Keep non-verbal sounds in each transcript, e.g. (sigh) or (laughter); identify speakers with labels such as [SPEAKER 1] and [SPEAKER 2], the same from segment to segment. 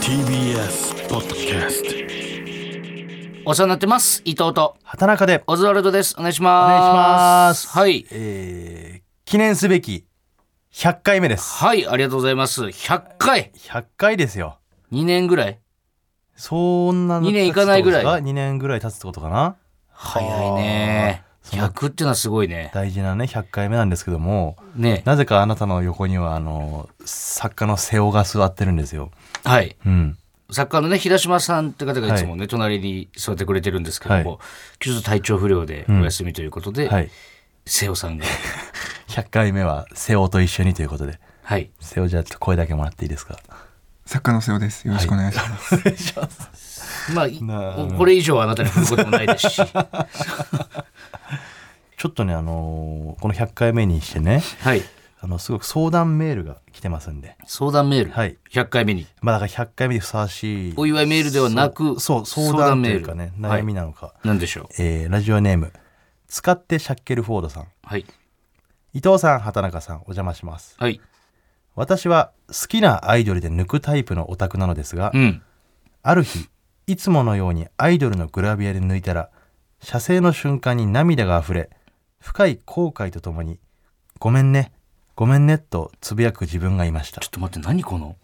[SPEAKER 1] TBS ポッドキャスト
[SPEAKER 2] お世話になってます伊藤と
[SPEAKER 3] 畑中でお
[SPEAKER 2] オズワルドですお願いします
[SPEAKER 3] 願いします。
[SPEAKER 2] はい
[SPEAKER 3] えー、記念すべき100回目です。
[SPEAKER 2] はいありがとうございます100回
[SPEAKER 3] 100回ですよ。
[SPEAKER 2] 2年ぐらい
[SPEAKER 3] そんな
[SPEAKER 2] 二年いかないぐらい
[SPEAKER 3] 2年ぐらい経つってことかな。
[SPEAKER 2] 早いね
[SPEAKER 3] その
[SPEAKER 2] 100ってのはすごいね
[SPEAKER 3] 大事なね、100回目なんですけども、
[SPEAKER 2] ね
[SPEAKER 3] なぜかあなたの横には、あの、作家の瀬尾が座ってるんですよ。
[SPEAKER 2] はい
[SPEAKER 3] うん。
[SPEAKER 2] 作家のね平島さんって方がい
[SPEAKER 3] はい
[SPEAKER 2] つもね、隣に座ってくれてるんですけども、
[SPEAKER 3] は
[SPEAKER 2] ちょっと体調不良でお休みということで、
[SPEAKER 3] はい。
[SPEAKER 2] 瀬尾さんが
[SPEAKER 3] 100回目は瀬尾と一緒にということで。
[SPEAKER 2] はい
[SPEAKER 3] 瀬尾じゃあちょっと声だけもらっていいですか。
[SPEAKER 4] 作家の瀬尾です。よろしくお願いします。
[SPEAKER 3] お願いします。
[SPEAKER 2] まあい
[SPEAKER 3] (laughs) なあ
[SPEAKER 2] これ以上あなたに振ることもないです
[SPEAKER 3] (laughs)
[SPEAKER 2] しは
[SPEAKER 3] ちょっとね、あのーこの100回目にしてね、
[SPEAKER 2] い
[SPEAKER 3] あの、すごく相談メールが来てますんで。
[SPEAKER 2] 相談メール、
[SPEAKER 3] はい
[SPEAKER 2] 100回目に
[SPEAKER 3] まあだから100回目にふさわしい。
[SPEAKER 2] お祝いメールではなく
[SPEAKER 3] そう、そう相
[SPEAKER 2] 相談
[SPEAKER 3] 談と
[SPEAKER 2] メー
[SPEAKER 3] い
[SPEAKER 2] ル
[SPEAKER 3] うかね、悩みなのか。
[SPEAKER 2] 何でしょう
[SPEAKER 3] えーラジオネーム、使ってシャッケルフォードさん。
[SPEAKER 2] はい
[SPEAKER 3] 伊藤さん、畑中さん、お邪魔します。
[SPEAKER 2] はい
[SPEAKER 3] 私は好きなアイドルで抜くタイプのオタクなのですが、
[SPEAKER 2] うん
[SPEAKER 3] ある日、いつものようにアイドルのグラビアで抜いたら、射精の瞬間に涙が溢れ、深い後悔とともに、ごめんね、ごめんね、とつぶやく自分がいました
[SPEAKER 2] ちょ。っと待って何この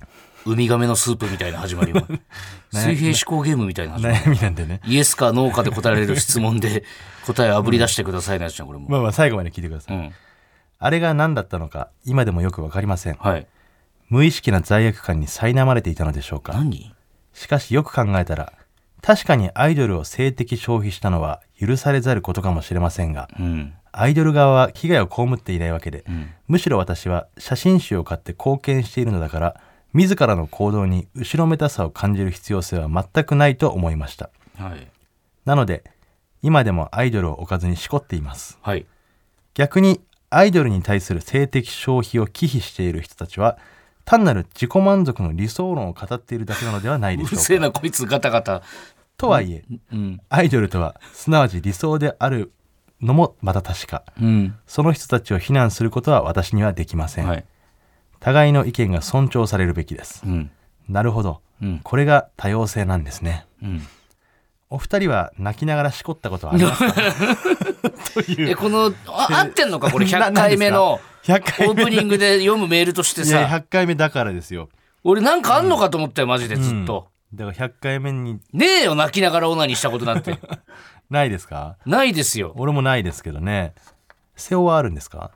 [SPEAKER 2] ウミガメのスープみたいな始
[SPEAKER 3] (laughs)
[SPEAKER 2] まりは水平思考ゲームみたいな始まり
[SPEAKER 3] 悩みなんでね。
[SPEAKER 2] イエスかノーかで答えられる質問で答えをあぶり出してくださいなやつじゃんこれも、
[SPEAKER 3] まあまあ最後まで聞いてくださ
[SPEAKER 2] う
[SPEAKER 3] い。
[SPEAKER 2] ん
[SPEAKER 3] あれが何だったのか、今でもよくわかりません。
[SPEAKER 2] はい
[SPEAKER 3] 無意識な罪悪感に苛まれていたのでしょうか
[SPEAKER 2] 何
[SPEAKER 3] しかしよく考えたら確かにアイドルを性的消費したのは許されざることかもしれませんが
[SPEAKER 2] うん
[SPEAKER 3] アイドル側は危害を被っていないわけで、
[SPEAKER 2] ん
[SPEAKER 3] むしろ私は写真集を買って貢献しているのだから自らの行動に後ろめたさを感じる必要性は全くないと思いました
[SPEAKER 2] はい
[SPEAKER 3] なので今でもアイドルを置かずにしこっています
[SPEAKER 2] はい
[SPEAKER 3] 逆にアイドルに対する性的消費を忌避している人たちは単なる自己満足の理想論を語っているだけなのではないうでし
[SPEAKER 2] る
[SPEAKER 3] ょ
[SPEAKER 2] せえ
[SPEAKER 3] うか。
[SPEAKER 2] なこいつガタガタ
[SPEAKER 3] とはいえ
[SPEAKER 2] うん
[SPEAKER 3] アイドルとはすなわち理想であるのもまた確か
[SPEAKER 2] うん
[SPEAKER 3] その人たちを非難することは私にはできません、
[SPEAKER 2] はい
[SPEAKER 3] 互いの意見が尊重されるべきです
[SPEAKER 2] うん
[SPEAKER 3] なるほど、
[SPEAKER 2] うん
[SPEAKER 3] これが多様性なんですね
[SPEAKER 2] うん
[SPEAKER 3] お二人は泣きながらしこったことはあります (laughs) か
[SPEAKER 2] えこの
[SPEAKER 3] (laughs)
[SPEAKER 2] あ合ってんのかこれ
[SPEAKER 3] な
[SPEAKER 2] 100回目の
[SPEAKER 3] な
[SPEAKER 2] オ
[SPEAKER 3] んですか100回目
[SPEAKER 2] ープニングで読むメールとして
[SPEAKER 3] いや
[SPEAKER 2] さ
[SPEAKER 3] 100回目だからですよ
[SPEAKER 2] 俺なんかあんのかと思ったよマジでずっと、
[SPEAKER 3] だから100回目に
[SPEAKER 2] ねえよ泣きながらオナニーしたことなん
[SPEAKER 3] (laughs)
[SPEAKER 2] て
[SPEAKER 3] ないですか
[SPEAKER 2] ないですよ
[SPEAKER 3] 俺もないですけどね背負はあるんですか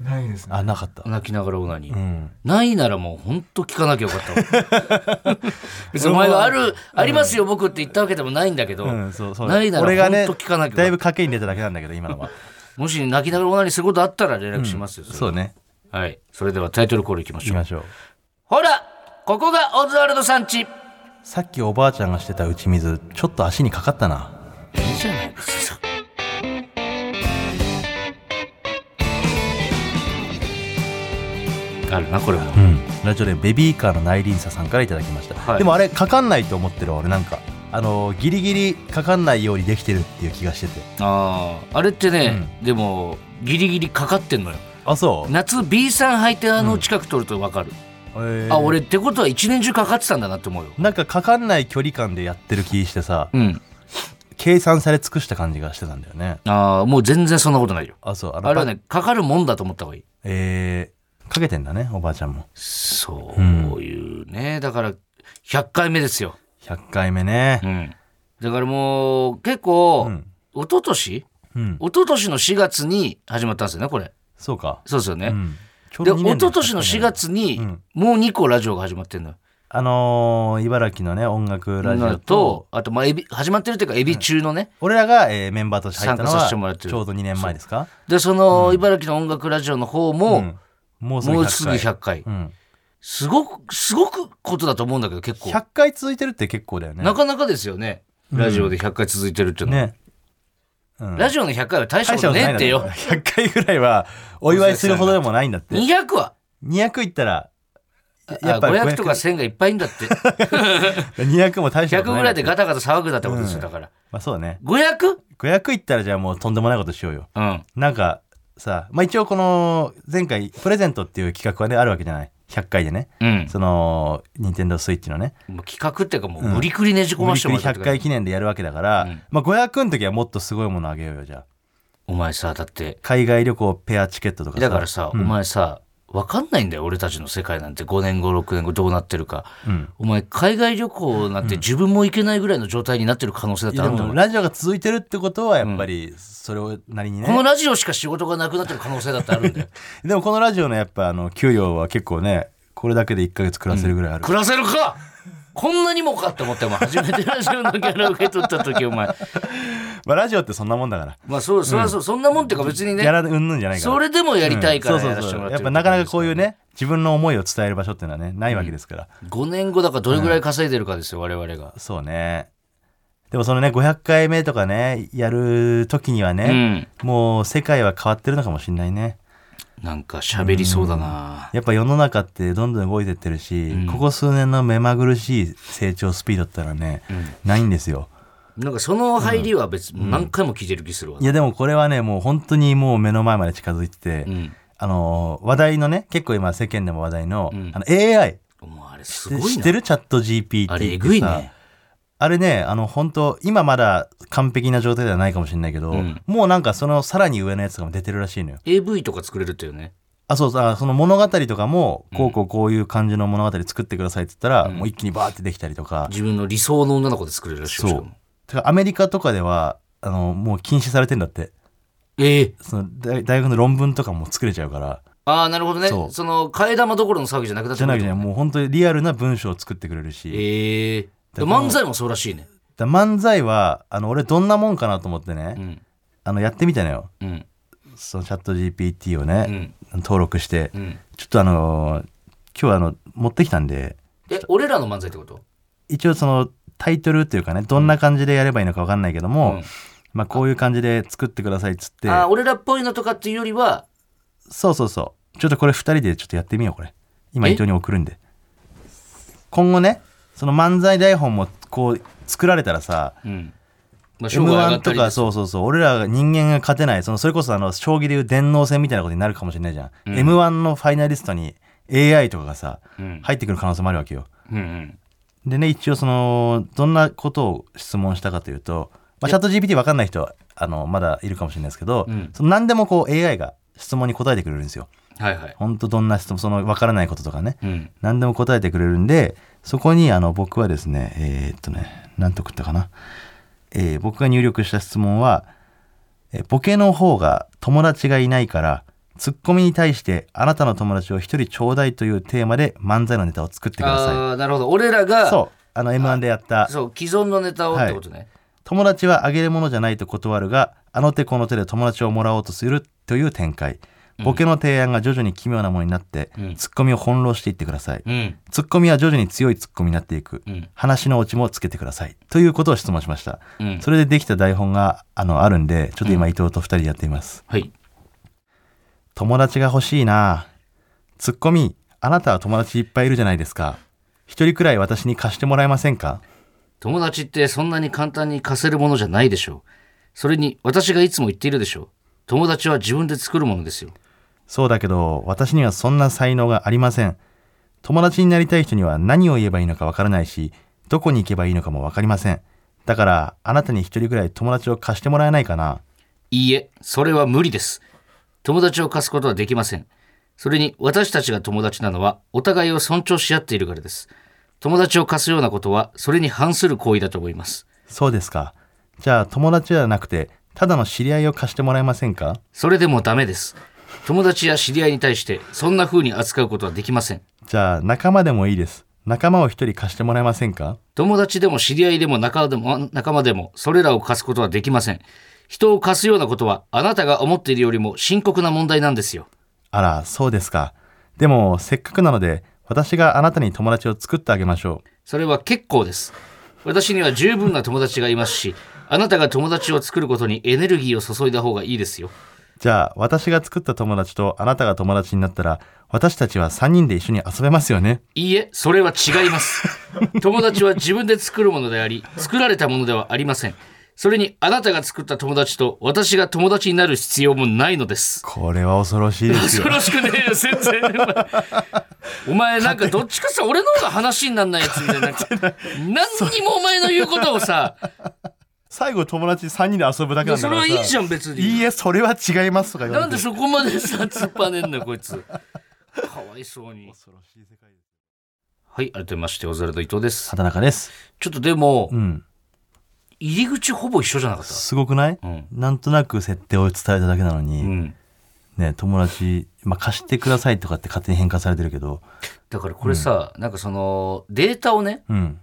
[SPEAKER 4] ないですね。
[SPEAKER 3] あなかった
[SPEAKER 2] 泣きながらオナニー、
[SPEAKER 3] うん
[SPEAKER 2] ないならもう本当聞かなきゃよかったわ
[SPEAKER 3] (laughs)
[SPEAKER 2] 別にお前があるありますよ僕って言ったわけでもないんだけど、
[SPEAKER 3] うん、そうそう
[SPEAKER 2] ないなら
[SPEAKER 3] 俺がね
[SPEAKER 2] ほんと聞かなきゃ
[SPEAKER 3] だいぶ賭けに出ただけなんだけど今のは
[SPEAKER 2] もし泣きながらオナニーすることあったら連絡しますよ、それ
[SPEAKER 3] そうね
[SPEAKER 2] はいそれではタイトルコールいきまし
[SPEAKER 3] 行き
[SPEAKER 2] ょう
[SPEAKER 3] ましょう
[SPEAKER 2] ほらここがオズワルド産地いい
[SPEAKER 3] さっきおばあちゃんがしてた打ち水ちょっと足にかかったな
[SPEAKER 2] じゃないですかあるなこれも
[SPEAKER 3] うんラジオでベビーカーの内輪差さんからいただきました、
[SPEAKER 2] はい
[SPEAKER 3] でもあれかかんないと思ってるわ俺なんかあのギリギリかかんないようにできてるっていう気がしてて
[SPEAKER 2] あーあれってね、でもギリギリかかってんのよ
[SPEAKER 3] あそう、
[SPEAKER 2] 夏 B さん履いてあの近く取ると分かる、
[SPEAKER 3] えー
[SPEAKER 2] あ俺ってことは一年中かかってたんだなって思うよ
[SPEAKER 3] なんかかかんない距離感でやってる気してさ、
[SPEAKER 2] うん
[SPEAKER 3] 計算され尽くした感じがしてたんだよね
[SPEAKER 2] ああもう全然そんなことないよ
[SPEAKER 3] あそうあの
[SPEAKER 2] あれはねかかるもんだと思った方がいい
[SPEAKER 3] えーかけてんだねおばあちゃんも
[SPEAKER 2] そういうね、だから100回目ですよ、
[SPEAKER 3] 100回目ね
[SPEAKER 2] うん、だからもう結構、
[SPEAKER 3] うん
[SPEAKER 2] 一昨年
[SPEAKER 3] うん
[SPEAKER 2] 一昨年の4月に始まったんですよねこれ
[SPEAKER 3] そうか
[SPEAKER 2] そうですよね、
[SPEAKER 3] うんちょう
[SPEAKER 2] で
[SPEAKER 3] ど
[SPEAKER 2] 一
[SPEAKER 3] 二年
[SPEAKER 2] 昨年の4
[SPEAKER 3] 経ったね
[SPEAKER 2] 月に、
[SPEAKER 3] うん
[SPEAKER 2] もう2個ラジオが始まってんのよ
[SPEAKER 3] あのー茨城のね音楽ラジオ
[SPEAKER 2] な
[SPEAKER 3] と
[SPEAKER 2] んとあとまあエビ始まってるっていうかエビ中のね、
[SPEAKER 3] 俺らが、えーメンバーとして入ったの
[SPEAKER 2] 参加させ
[SPEAKER 3] は
[SPEAKER 2] てもらってる
[SPEAKER 3] ちょうど2年前ですか
[SPEAKER 2] でその茨城の音楽ラジオの方も、
[SPEAKER 3] んもうすぐ
[SPEAKER 2] もう
[SPEAKER 3] 100
[SPEAKER 2] す
[SPEAKER 3] 回
[SPEAKER 2] ぐ100回、
[SPEAKER 3] うん、
[SPEAKER 2] すごくすごくことだと思うんだけど結構、
[SPEAKER 3] 100回続いてるって結構だよね
[SPEAKER 2] なかなかですよねラジオで100回続いてるっていうのは、
[SPEAKER 3] ね、うん
[SPEAKER 2] ラジオの100回は大した
[SPEAKER 3] 大
[SPEAKER 2] こ
[SPEAKER 3] した
[SPEAKER 2] と
[SPEAKER 3] ことな
[SPEAKER 2] ねえ
[SPEAKER 3] いだ
[SPEAKER 2] ってよ
[SPEAKER 3] ろ100回ぐらいはお祝いするほどでもないんだって
[SPEAKER 2] 200は
[SPEAKER 3] 200いったら
[SPEAKER 2] あ
[SPEAKER 3] やっぱり
[SPEAKER 2] 500とか1000がいっぱいいんだって
[SPEAKER 3] (laughs) 200も大した
[SPEAKER 2] 100
[SPEAKER 3] ことな
[SPEAKER 2] ぐ
[SPEAKER 3] い
[SPEAKER 2] らいで
[SPEAKER 3] ガ
[SPEAKER 2] ガタガタ騒ぐなってことですよだから、
[SPEAKER 3] まあそうだね
[SPEAKER 2] 500?
[SPEAKER 3] 500いったらじゃあもうとんでもないことしようよ
[SPEAKER 2] うん
[SPEAKER 3] なんかさまあ一応この前回プレゼントっていう企画はねあるわけじゃない100回でね、
[SPEAKER 2] うん
[SPEAKER 3] その任天堂スイッチのね
[SPEAKER 2] もう企画っていうかもう無理くりねじ込
[SPEAKER 3] 無
[SPEAKER 2] ま
[SPEAKER 3] 理
[SPEAKER 2] し
[SPEAKER 3] く
[SPEAKER 2] て
[SPEAKER 3] り
[SPEAKER 2] もらったって
[SPEAKER 3] 100
[SPEAKER 2] 感
[SPEAKER 3] 回
[SPEAKER 2] じ
[SPEAKER 3] 記念でやるわけだから、
[SPEAKER 2] うん
[SPEAKER 3] まあ、500の時はもっとすごいものあげようよじゃあ
[SPEAKER 2] お前さだって
[SPEAKER 3] 海外旅行ペアチケットとかさ
[SPEAKER 2] だからさ、
[SPEAKER 3] うん
[SPEAKER 2] お前さ分かんないんだよ俺たちの世界なんて5年後6年後どうなってるか
[SPEAKER 3] うん
[SPEAKER 2] お前海外旅行なんて自分も行けないぐらいの状態になってる可能性だっ
[SPEAKER 3] い
[SPEAKER 2] て
[SPEAKER 3] や
[SPEAKER 2] あ
[SPEAKER 3] で
[SPEAKER 2] るんだ
[SPEAKER 3] も
[SPEAKER 2] もん
[SPEAKER 3] ラジオが続いてるってことはやっぱりそれをなりにね、
[SPEAKER 2] このラジオしか仕事がなくなってる可能性だってあるん
[SPEAKER 3] (laughs)
[SPEAKER 2] だよ
[SPEAKER 3] でもこのラジオのやっぱあの給料は結構ねこれだけで1か月暮らせるぐらいある、
[SPEAKER 2] 暮らせるかこんなにもかって思ってお前初めてラジオのギャラを受け取った時お前
[SPEAKER 3] まあ、ラジオってそんなもんだから、
[SPEAKER 2] まあそうそれはそう、そんなもんっていうか別に
[SPEAKER 3] や
[SPEAKER 2] ね
[SPEAKER 3] らうんぬんじゃないから
[SPEAKER 2] それでもやりたいから
[SPEAKER 3] うん
[SPEAKER 2] や
[SPEAKER 3] そ
[SPEAKER 2] ら
[SPEAKER 3] う
[SPEAKER 2] せ
[SPEAKER 3] そ
[SPEAKER 2] て
[SPEAKER 3] う
[SPEAKER 2] もら
[SPEAKER 3] そ
[SPEAKER 2] っ
[SPEAKER 3] う
[SPEAKER 2] てる
[SPEAKER 3] やっぱなかなかこういうね自分の思いを伝える場所っていうのはねないわけですから、
[SPEAKER 2] 5年後だからどれぐらい稼いでるかですよ我々が
[SPEAKER 3] そうねでもそのね500回目とかねやる時には
[SPEAKER 2] う
[SPEAKER 3] ね、
[SPEAKER 2] ん
[SPEAKER 3] もう世界は変わってるのかもしれないね
[SPEAKER 2] なんか喋りそうだな
[SPEAKER 3] やっぱ世の中ってどんどん動いてってるし、
[SPEAKER 2] うん
[SPEAKER 3] ここ数年の目まぐるしい成長スピードってのはね、ないんですよ
[SPEAKER 2] なんかその入りは別に何回も聞いてる気するわ
[SPEAKER 3] いやでもこれはねもう本当にもう目の前まで近づいてて、
[SPEAKER 2] うん
[SPEAKER 3] あのー話題のね結構今世間でも話題の,、
[SPEAKER 2] うん
[SPEAKER 3] あの AI
[SPEAKER 2] お前あれすごい
[SPEAKER 3] 知
[SPEAKER 2] な
[SPEAKER 3] ってるチャット GPT ってさ
[SPEAKER 2] あれえぐいね
[SPEAKER 3] あれねあの本当今まだ完璧な状態ではないかもしれないけど、
[SPEAKER 2] うん
[SPEAKER 3] もうなんかそのさらに上のやつが出てるらしいのよ
[SPEAKER 2] AV とか作れるってよね
[SPEAKER 3] あそうそうあその物語とかもこうこうこういう感じの物語作ってくださいって言ったら、もう一気にバーってできたりとか、
[SPEAKER 2] 自分の理想の女の子で作れるらしいよし
[SPEAKER 3] そ
[SPEAKER 2] か
[SPEAKER 3] う
[SPEAKER 2] も
[SPEAKER 3] てかアメリカとかではあのもう禁止されてんだって
[SPEAKER 2] ええ
[SPEAKER 3] その大大学の論文とかも作れちゃうから
[SPEAKER 2] ああなるほどね
[SPEAKER 3] そ
[SPEAKER 2] そうの替え玉どころの騒ぎじゃなくなって
[SPEAKER 3] じゃ
[SPEAKER 2] く
[SPEAKER 3] なく
[SPEAKER 2] る
[SPEAKER 3] てもう本当にリアルな文章を作ってくれるし、
[SPEAKER 2] ええ
[SPEAKER 3] だから
[SPEAKER 2] 漫才もそうらしいね
[SPEAKER 3] だから漫才はあの俺どんなもんかなと思ってね、
[SPEAKER 2] うん
[SPEAKER 3] あのやってみたのよ
[SPEAKER 2] うん
[SPEAKER 3] そのチャット GPT を
[SPEAKER 2] う
[SPEAKER 3] ね、
[SPEAKER 2] ん
[SPEAKER 3] 登録して、
[SPEAKER 2] うん
[SPEAKER 3] ちょっとあのー今日はあの持ってきたんで
[SPEAKER 2] え俺らの漫才ってこと
[SPEAKER 3] 一応そのタイトルというかねどんな感じでやればいいのか分かんないけども、
[SPEAKER 2] うん
[SPEAKER 3] まあ、こういう感じで作ってくださいっつって
[SPEAKER 2] ああ俺らっぽいのとかっていうよりは
[SPEAKER 3] そうそうそうちょっとこれ2人でちょっとやってみようこれ今
[SPEAKER 2] え
[SPEAKER 3] 伊藤に送るんで今後ねその漫才台本もこう作られたらさ
[SPEAKER 2] うんまあ
[SPEAKER 3] m 1とかそうそうそう俺らが人間が勝てないそのそれこそあの将棋でいう電脳戦みたいなことになるかもしれないじゃん、m 1のファイナリストに AI とかがさ
[SPEAKER 2] うん
[SPEAKER 3] 入ってくる可能性もあるわけよ
[SPEAKER 2] うんうん
[SPEAKER 3] でね一応そのどんなことを質問したかというと、まあ、チャット GPT 分かんない人はあのまだいるかもしれないですけど、
[SPEAKER 2] うん
[SPEAKER 3] その何でもこう AI が質問に答えてくれるんですよ
[SPEAKER 2] はいはい
[SPEAKER 3] 本当どんな質問その分からないこととかね
[SPEAKER 2] うん
[SPEAKER 3] 何でも答えてくれるんでそこにあの僕はですねえーっとね何と送ったかな、えー僕が入力した質問は、えーボケの方が友達がいないからツッコミに対してあなたの友達を一人ちょうだいというテーマで漫才のネタを作ってくださ
[SPEAKER 2] ああなるほど俺らが
[SPEAKER 3] いそうあの M1 でやった
[SPEAKER 2] そう既存のネタをってことね、
[SPEAKER 3] 友達はあげるものじゃないと断るがあの手この手で友達をもらおうとするという展開ボケの提案が徐々に奇妙なものになって、
[SPEAKER 2] うん
[SPEAKER 3] ツッコミを翻弄していってください、
[SPEAKER 2] うん
[SPEAKER 3] ツッコミは徐々に強いツッコミになっていく、
[SPEAKER 2] うん
[SPEAKER 3] 話のオチもつけてくださいということを質問しました、
[SPEAKER 2] うん
[SPEAKER 3] それでできた台本があのあるんでちょっと今伊藤と2人でやっています、
[SPEAKER 2] はい
[SPEAKER 3] 友達が欲しいなツッコミあなたは友達いっぱいいるじゃないですか一人くらい私に貸してもらえませんか
[SPEAKER 2] 友達ってそんなに簡単に貸せるものじゃないでしょう。それに私がいつも言っているでしょう。友達は自分で作るものですよ。
[SPEAKER 3] そうだけど私にはそんな才能がありません友達になりたい人には何を言えばいいのかわからないしどこに行けばいいのかもわかりませんだからあなたに一人くらい友達を貸してもらえないかない
[SPEAKER 2] いえ、それは無理です。友達を貸すことはできません。それに私たちが友達なのはお互いを尊重し合っているからです。友達を貸すようなことはそれに反する行為だと思います。
[SPEAKER 3] そうですか。じゃあ友達ではなくて、ただの知り合いを貸してもらえませんか
[SPEAKER 2] それでもダメです。友達や知り合いに対してそんな風に扱うことはできません。
[SPEAKER 3] じゃあ仲間でもいいです。仲間を一人貸してもらえませんか
[SPEAKER 2] 友達でも知り合いでも仲でも仲間でもそれらを貸すことはできません。人を貸すようなことはあなたが思っているよりも深刻な問題なんですよ。
[SPEAKER 3] あら、そうですか。でも、せっかくなので、私があなたに友達を作ってあげましょ
[SPEAKER 2] それは結構です。私には十分な友達がいますし、あなたが友達を作ることにエネルギーを注いだ方がいいですよ。
[SPEAKER 3] う。じゃあ、私が作った友達とあなたが友達になったら、私たちは3人で一緒に遊べますよね。
[SPEAKER 2] いいえ、それは違います。友達は自分で作るものであり、作られたものではありません。それにあなたが作った友達と私が友達になる必要もないのです。
[SPEAKER 3] これは恐ろしいですよ
[SPEAKER 2] 恐ろしくねえよ、全然。お前なんかどっちかさ、俺の方が話になんないやつみたいな。なんか何にもお前の言うことをさ、
[SPEAKER 3] 最後友達3人で遊ぶだけなんだ
[SPEAKER 2] そ
[SPEAKER 3] か
[SPEAKER 2] れ
[SPEAKER 3] ら
[SPEAKER 2] はいいじ
[SPEAKER 3] ゃ
[SPEAKER 2] ゃん、別に。
[SPEAKER 3] いいえそれは違いますとか言
[SPEAKER 2] な
[SPEAKER 3] われ
[SPEAKER 2] ん
[SPEAKER 3] て
[SPEAKER 2] でそこまでさ、突っぱねんのよこいつ。かわいそうに。
[SPEAKER 3] 恐ろしい世界です
[SPEAKER 2] はい、改めまして、小沢の伊藤です。
[SPEAKER 3] 畑中です
[SPEAKER 2] ちょっとでも
[SPEAKER 3] う、ん
[SPEAKER 2] 入り口ほぼ一緒じゃなかっ
[SPEAKER 3] すごくない
[SPEAKER 2] た。うん。
[SPEAKER 3] なんとなく設定を伝えただけなの
[SPEAKER 2] う
[SPEAKER 3] に、
[SPEAKER 2] ん。
[SPEAKER 3] ね友達、まあ、貸してくださいとかって勝手に変換されてるけど
[SPEAKER 2] だからこれさ、なんかその、データをね、
[SPEAKER 3] うん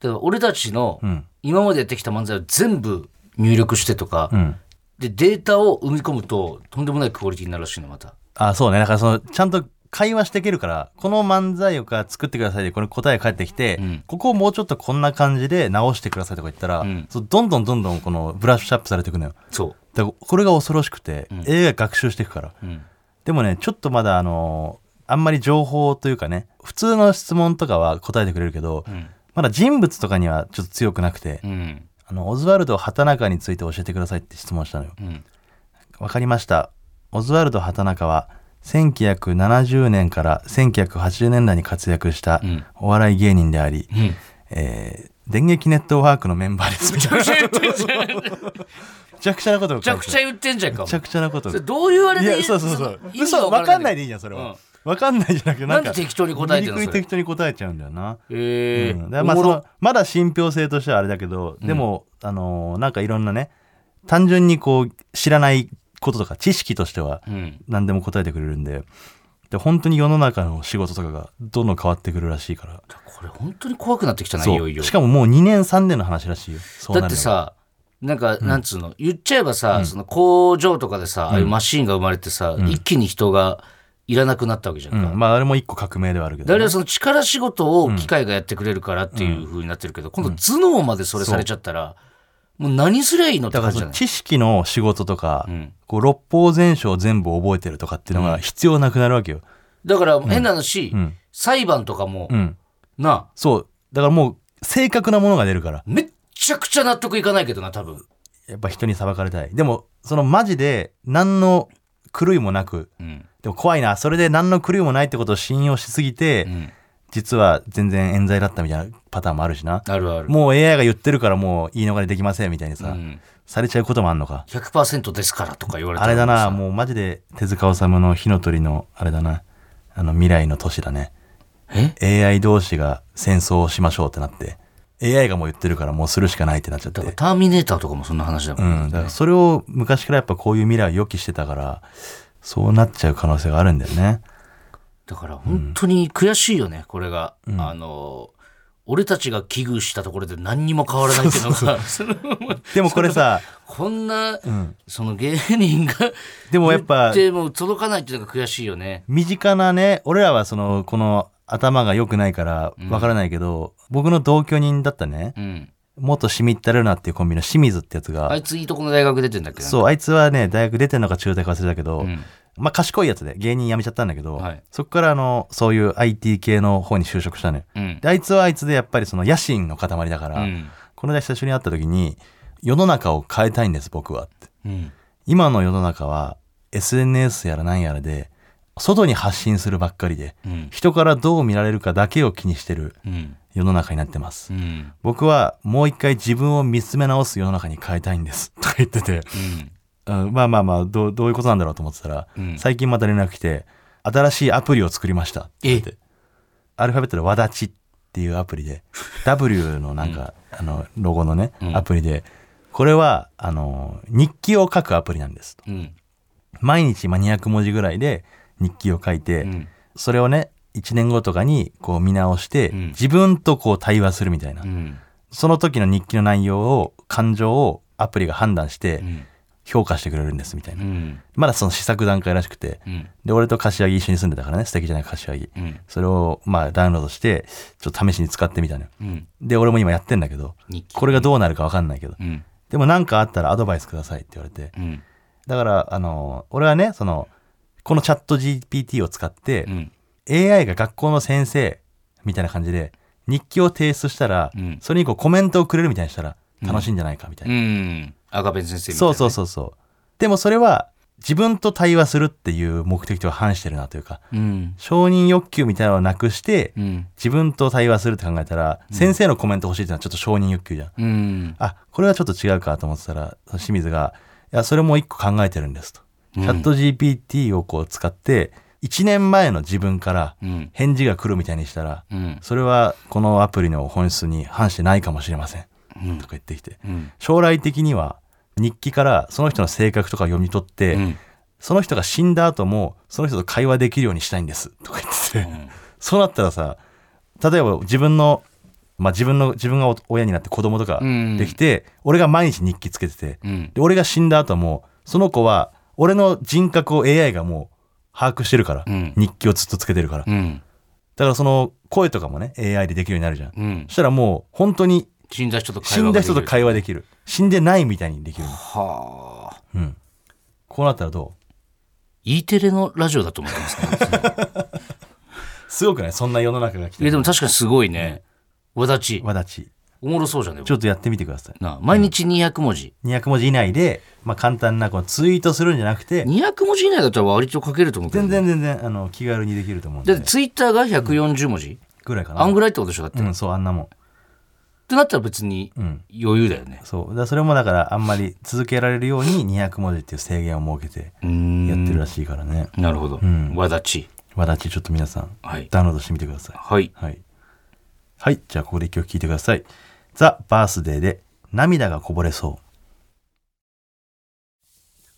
[SPEAKER 2] だから俺たちの
[SPEAKER 3] うん
[SPEAKER 2] 今までやってきた漫才を全部入力してとか、
[SPEAKER 3] うん
[SPEAKER 2] で、データを生み込むと、とんでもないクオリティになるらしいの、また。
[SPEAKER 3] あそうねだからそのちゃんと会話していけるからこの漫才をか作ってくださいでこれ答え返ってきて、
[SPEAKER 2] うん
[SPEAKER 3] ここをもうちょっとこんな感じで直してくださいとか言ったら、
[SPEAKER 2] うん
[SPEAKER 3] そうどんどんどんどんこのブラッシュアップされていくのよ
[SPEAKER 2] そ
[SPEAKER 3] だからこれが恐ろしくて、
[SPEAKER 2] ん
[SPEAKER 3] AI が学習していくから
[SPEAKER 2] う。うん。
[SPEAKER 3] でもねちょっとまだあのあんまり情報というかね普通の質問とかは答えてくれるけど、
[SPEAKER 2] うん。
[SPEAKER 3] まだ人物とかにはちょっと強くなくて、
[SPEAKER 2] うん。
[SPEAKER 3] あのオズワルド畑中について教えてくださいって質問したのよ
[SPEAKER 2] うん。
[SPEAKER 3] わかりました。オズワルド・畑中は、1970年から1980年代に活躍した
[SPEAKER 2] うん
[SPEAKER 3] お笑い芸人であり、
[SPEAKER 2] う
[SPEAKER 3] (laughs)
[SPEAKER 2] ん。
[SPEAKER 3] えー電撃ネットワークのメンバーです。め
[SPEAKER 2] めちゃくちゃ言ってんじゃん。め
[SPEAKER 3] ちゃくちゃなことを
[SPEAKER 2] ち
[SPEAKER 3] 書い
[SPEAKER 2] ゃ
[SPEAKER 3] て
[SPEAKER 2] く
[SPEAKER 3] る
[SPEAKER 2] ちゃ言ってんじゃんか。お
[SPEAKER 3] めちゃ
[SPEAKER 2] 前
[SPEAKER 3] くちゃなことを
[SPEAKER 2] それどういうあれ
[SPEAKER 3] い
[SPEAKER 2] で
[SPEAKER 3] や、そうそうそう。
[SPEAKER 2] 意味が
[SPEAKER 3] 嘘、
[SPEAKER 2] わ
[SPEAKER 3] わ
[SPEAKER 2] か
[SPEAKER 3] からん
[SPEAKER 2] な
[SPEAKER 3] ない
[SPEAKER 2] んだ
[SPEAKER 3] いで
[SPEAKER 2] け
[SPEAKER 3] いいじゃん、それ
[SPEAKER 2] うん
[SPEAKER 3] は。わかんないじゃなくて、
[SPEAKER 2] なん
[SPEAKER 3] か。
[SPEAKER 2] で適当に答えてるの
[SPEAKER 3] 無
[SPEAKER 2] そ
[SPEAKER 3] 理くり
[SPEAKER 2] れ
[SPEAKER 3] 適当に答えちゃうんだよな。
[SPEAKER 2] ええ
[SPEAKER 3] うん、だからまあ
[SPEAKER 2] お
[SPEAKER 3] そ
[SPEAKER 2] もろ
[SPEAKER 3] のまだ信憑性としてはあれだけど、でも、あのーなんかいろんなね単純にこう知らないこととか知識としては
[SPEAKER 2] うん。
[SPEAKER 3] 何でも答えてくれるんでで本当に世の中の仕事とかがどんどん変わってくるらしいから
[SPEAKER 2] これ本当に怖くなってきたな、い
[SPEAKER 3] そう
[SPEAKER 2] よいよ。
[SPEAKER 3] しかももう2年3年の話らしいよそうな
[SPEAKER 2] だっ
[SPEAKER 3] る
[SPEAKER 2] て
[SPEAKER 3] のが
[SPEAKER 2] さなんか、なんつうの言っちゃえばさ、その工場とかでさ、ああいうマシンが生まれてさ、一気に人がいらなくなったわけじゃんか。
[SPEAKER 3] うん、まああれも一個革命ではある
[SPEAKER 2] で
[SPEAKER 3] け
[SPEAKER 2] あ
[SPEAKER 3] ど
[SPEAKER 2] れ
[SPEAKER 3] ね、
[SPEAKER 2] はその力仕事を機械がやってくれるからっていう風になってるけど、今度頭脳までそれされちゃったら、もう何すりゃいいのって
[SPEAKER 3] だ
[SPEAKER 2] 感
[SPEAKER 3] から
[SPEAKER 2] じじ
[SPEAKER 3] そ
[SPEAKER 2] ゃ
[SPEAKER 3] の
[SPEAKER 2] ない
[SPEAKER 3] 知識の仕事とか、
[SPEAKER 2] ん
[SPEAKER 3] こう六法全書を全部覚えてるとかっていうのが必要なくなるわけよ、
[SPEAKER 2] だから変な話、
[SPEAKER 3] ん
[SPEAKER 2] 裁判とかも、
[SPEAKER 3] うん、
[SPEAKER 2] なあ
[SPEAKER 3] そうだからもう正確なものが出るから
[SPEAKER 2] めっちゃくちゃ納得いかないけどな多分、
[SPEAKER 3] やっぱ人に裁かれたいでもそのマジで何の狂いもなく
[SPEAKER 2] うん
[SPEAKER 3] でも怖いなそれで何の狂いもないってことを信用しすぎて、
[SPEAKER 2] うん、
[SPEAKER 3] 実は全然冤罪だったみたいなパターンもあるしな
[SPEAKER 2] あるある。
[SPEAKER 3] もう AI が言ってるからもう言い逃れできませんみたいにさ、
[SPEAKER 2] うん
[SPEAKER 3] されちゃうこともあんのか
[SPEAKER 2] 100%ですからとか言われた
[SPEAKER 3] あ
[SPEAKER 2] ら
[SPEAKER 3] れだな
[SPEAKER 2] さ
[SPEAKER 3] もうマジで手塚治虫の火の鳥のあれだなあの未来の都市だね
[SPEAKER 2] え
[SPEAKER 3] AI 同士が戦争をしましょうってなって AI がもう言ってるからもうするしかないってなっちゃっ
[SPEAKER 2] だから
[SPEAKER 3] て
[SPEAKER 2] ターミネーターとかもそんな話だも
[SPEAKER 3] うん
[SPEAKER 2] ね
[SPEAKER 3] んだからそれを昔からやっぱこういう未来を予期してたからそうなっちゃう可能性があるんだよね
[SPEAKER 2] だから本当に悔しいよね、これが、あの俺たちが危惧したところで何にも変わらないっていうのが
[SPEAKER 3] でもこれさ
[SPEAKER 2] (laughs) こんな、その芸人が
[SPEAKER 3] でもやっ
[SPEAKER 2] 言
[SPEAKER 3] ぱ
[SPEAKER 2] っても届かないっていうのが悔しいよね
[SPEAKER 3] 身近なね俺らはそのこの頭が良くないからわからないけど、僕の同居人だったね
[SPEAKER 2] うん
[SPEAKER 3] 元シミったるなっていうコンビの清水ってやつが、
[SPEAKER 2] あいついいとこの大学出てんだっけど
[SPEAKER 3] そうあいつはね大学出てんのか中退か忘れたけど、
[SPEAKER 2] ん
[SPEAKER 3] まあ賢いやつで芸人辞めちゃったんだけど、
[SPEAKER 2] はい
[SPEAKER 3] そっからあのそういう IT 系の方に就職したのよ
[SPEAKER 2] うん
[SPEAKER 3] であいつはあいつでやっぱりその野心の塊だか
[SPEAKER 2] う
[SPEAKER 3] ら、
[SPEAKER 2] ん
[SPEAKER 3] この間久しぶりに会った時に世の中を変えたいんです僕はって
[SPEAKER 2] うん
[SPEAKER 3] 今の世の中は SNS やらなんやらで外に発信するばっかりで
[SPEAKER 2] うん
[SPEAKER 3] 人からどう見られるかだけを気にしてる
[SPEAKER 2] うん
[SPEAKER 3] 世の中になってま
[SPEAKER 2] う
[SPEAKER 3] す。
[SPEAKER 2] ん
[SPEAKER 3] 僕はもう一回自分を見つめ直す世の中に変えたいんです。とか言ってて、うんまあまあまあどう、どういうことなんだろうと思ってたら、
[SPEAKER 2] うん
[SPEAKER 3] 最近また連絡来て、新しいアプリを作りましたって言って。アルファベットでわだちっていうアプリで、W のなんか、あの、ロゴのね、
[SPEAKER 2] うん
[SPEAKER 3] アプリで、これは、あの、日記を書くアプリなんですと。
[SPEAKER 2] うん
[SPEAKER 3] 毎日まあ200文字ぐらいで日記を書いて、
[SPEAKER 2] うん
[SPEAKER 3] それをね1年後とかにこう見直して、
[SPEAKER 2] うん
[SPEAKER 3] 自分とこう対話するみたいな、
[SPEAKER 2] うん
[SPEAKER 3] その時の日記の内容を感情をアプリが判断し
[SPEAKER 2] う
[SPEAKER 3] て
[SPEAKER 2] ん
[SPEAKER 3] 評価してくれるんですみたいな、
[SPEAKER 2] うん
[SPEAKER 3] まだその試作段階らしくて
[SPEAKER 2] うん
[SPEAKER 3] で俺と柏木一緒に住んでたからね素敵じゃない柏木
[SPEAKER 2] うん
[SPEAKER 3] それをまあダウンロードしてちょっと試しに使ってみたのよ
[SPEAKER 2] うん
[SPEAKER 3] で俺も今やってんだけど
[SPEAKER 2] 日記
[SPEAKER 3] これがどうなるか分かんないけど
[SPEAKER 2] うん
[SPEAKER 3] でも何かあったらアドバイスくださいって言われて
[SPEAKER 2] うん
[SPEAKER 3] だからあの俺はねそのこのチャット GPT を使って、
[SPEAKER 2] うん
[SPEAKER 3] AI が学校の先生みたいな感じで日記を提出したら、
[SPEAKER 2] うん
[SPEAKER 3] それにこうコメントをくれるみたいにしたら楽しいんじゃないかみたいな、
[SPEAKER 2] うん。赤ペン先生みたいなね、
[SPEAKER 3] そうそうそうそうでもそれは自分と対話するっていう目的とは反してるなというか
[SPEAKER 2] う。うん。
[SPEAKER 3] 承認欲求みたいなのをなくして、
[SPEAKER 2] うん。
[SPEAKER 3] 自分と対話するって考えたら、先生のコメント欲しいってのはちょっと承認欲求じゃん
[SPEAKER 2] うん。
[SPEAKER 3] あこれはちょっと違うかと思ってたら清水が「いやそれも一個考えてるんです」と。チャット GPT をこう使って1年前の自分から
[SPEAKER 2] うん。
[SPEAKER 3] 返事が来るみたいにしたら
[SPEAKER 2] うん。
[SPEAKER 3] それはこのアプリの本質に反してないかもしれませんとか言ってきて
[SPEAKER 2] うん。
[SPEAKER 3] 将来的には日記からその人の性格とか読み取って、
[SPEAKER 2] うん。
[SPEAKER 3] その人が死んだ後もその人と会話できるようにしたいんですとか言ってて、そうなったらさ例えば自分の、まあ、自分の自分が親になって子供とか
[SPEAKER 2] うん
[SPEAKER 3] できて、俺が毎日日記つけてて
[SPEAKER 2] うん。
[SPEAKER 3] で俺が死んだ後もその子は俺の人格を AI がもう把握してるから、
[SPEAKER 2] うん
[SPEAKER 3] 日記をずっとつけてるから、だ
[SPEAKER 2] うん。
[SPEAKER 3] からその声とかもね AI でできるようになるじゃん、
[SPEAKER 2] うん
[SPEAKER 3] そ。したらもう本当に
[SPEAKER 2] 死んだ人と会
[SPEAKER 3] 死
[SPEAKER 2] 話が
[SPEAKER 3] んだ
[SPEAKER 2] でき
[SPEAKER 3] 人
[SPEAKER 2] る
[SPEAKER 3] と会話できる死んでないみたいにできる、
[SPEAKER 2] はあ。
[SPEAKER 3] うん、こうなったらどう
[SPEAKER 2] E テレのラジオだと思ってます
[SPEAKER 3] (laughs)
[SPEAKER 2] から
[SPEAKER 3] すごくないそんな世の中が来
[SPEAKER 2] い
[SPEAKER 3] て
[SPEAKER 2] やでも確かにすごいね。わだち。
[SPEAKER 3] わだち
[SPEAKER 2] おもろそうじゃねえ
[SPEAKER 3] ちょっとやってみてください
[SPEAKER 2] なあ毎日200文字。
[SPEAKER 3] 200文字以内で、まあ、簡単なこのツイートするんじゃなくて
[SPEAKER 2] 200文字以内だったら割と書けると思うけど
[SPEAKER 3] 全
[SPEAKER 2] ね。
[SPEAKER 3] 然全然あの気軽にできると思うん
[SPEAKER 2] だ
[SPEAKER 3] で
[SPEAKER 2] ってツイッターが140文字、
[SPEAKER 3] ぐらいかな
[SPEAKER 2] あんぐらいってことでしょだって。
[SPEAKER 3] う
[SPEAKER 2] っ
[SPEAKER 3] んそうあんなもん
[SPEAKER 2] てなったら別に
[SPEAKER 3] うん
[SPEAKER 2] 余裕だよね。
[SPEAKER 3] そうだからそれもだからあんまり続けられるように200文字っていう制限を設けてやってるらしいからね
[SPEAKER 2] なるほど。
[SPEAKER 3] ん
[SPEAKER 2] わだち。
[SPEAKER 3] わだちちょっと皆さん
[SPEAKER 2] はい。
[SPEAKER 3] ダウンロードしてみてください
[SPEAKER 2] はい。
[SPEAKER 3] はい、はい、じゃあここで一曲聴いてください「ザ・バースデーで涙がこぼれそう」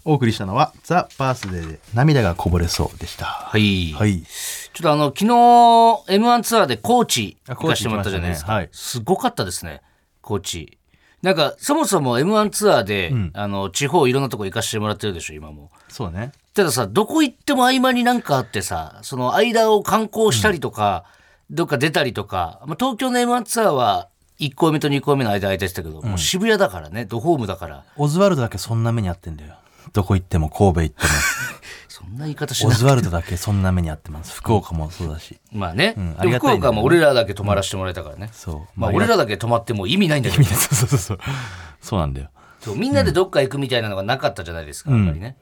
[SPEAKER 3] お送りしたのは「ザ・バースデーで涙がこぼれそう」でした
[SPEAKER 2] はい。
[SPEAKER 3] はい
[SPEAKER 2] ちょっとあの、昨日、M1 ツアーで高知
[SPEAKER 3] あ
[SPEAKER 2] 行かせてもらったじゃないですか。
[SPEAKER 3] 高知行きま
[SPEAKER 2] すごかったですね、高知。なんか、そもそも M1 ツアーで、
[SPEAKER 3] うん
[SPEAKER 2] あの、地方いろんなとこ行かせてもらってるでしょ、今も。
[SPEAKER 3] そうね
[SPEAKER 2] たださ、どこ行っても合間になんかあってさ、その間を観光したりとか、どっか出たりとか、まあ、東京の M1 ツアーは1校目と2校目の間空いてたけど、もう渋谷だからね、ドホームだから、
[SPEAKER 3] オズワルドだけそんな目にあってんだよどこ行っても神戸行って
[SPEAKER 2] そんな言い方し
[SPEAKER 3] もオ
[SPEAKER 2] ない。
[SPEAKER 3] ズワルドだけそんな目にあって (laughs) ます福岡もそうだし
[SPEAKER 2] まあね、
[SPEAKER 3] んあ
[SPEAKER 2] で
[SPEAKER 3] り
[SPEAKER 2] も福
[SPEAKER 3] がたいんだけどね
[SPEAKER 2] 岡はまあ俺らだけ泊まらせてもらえたからね。
[SPEAKER 3] そう
[SPEAKER 2] まあ、俺らだけ泊まっても意味ないんだけど。
[SPEAKER 3] そうそうそうそうそうなんだよ
[SPEAKER 2] そうみんなでどっか行くみたいなのがなかったじゃないですか、
[SPEAKER 3] うん
[SPEAKER 2] あんまりね。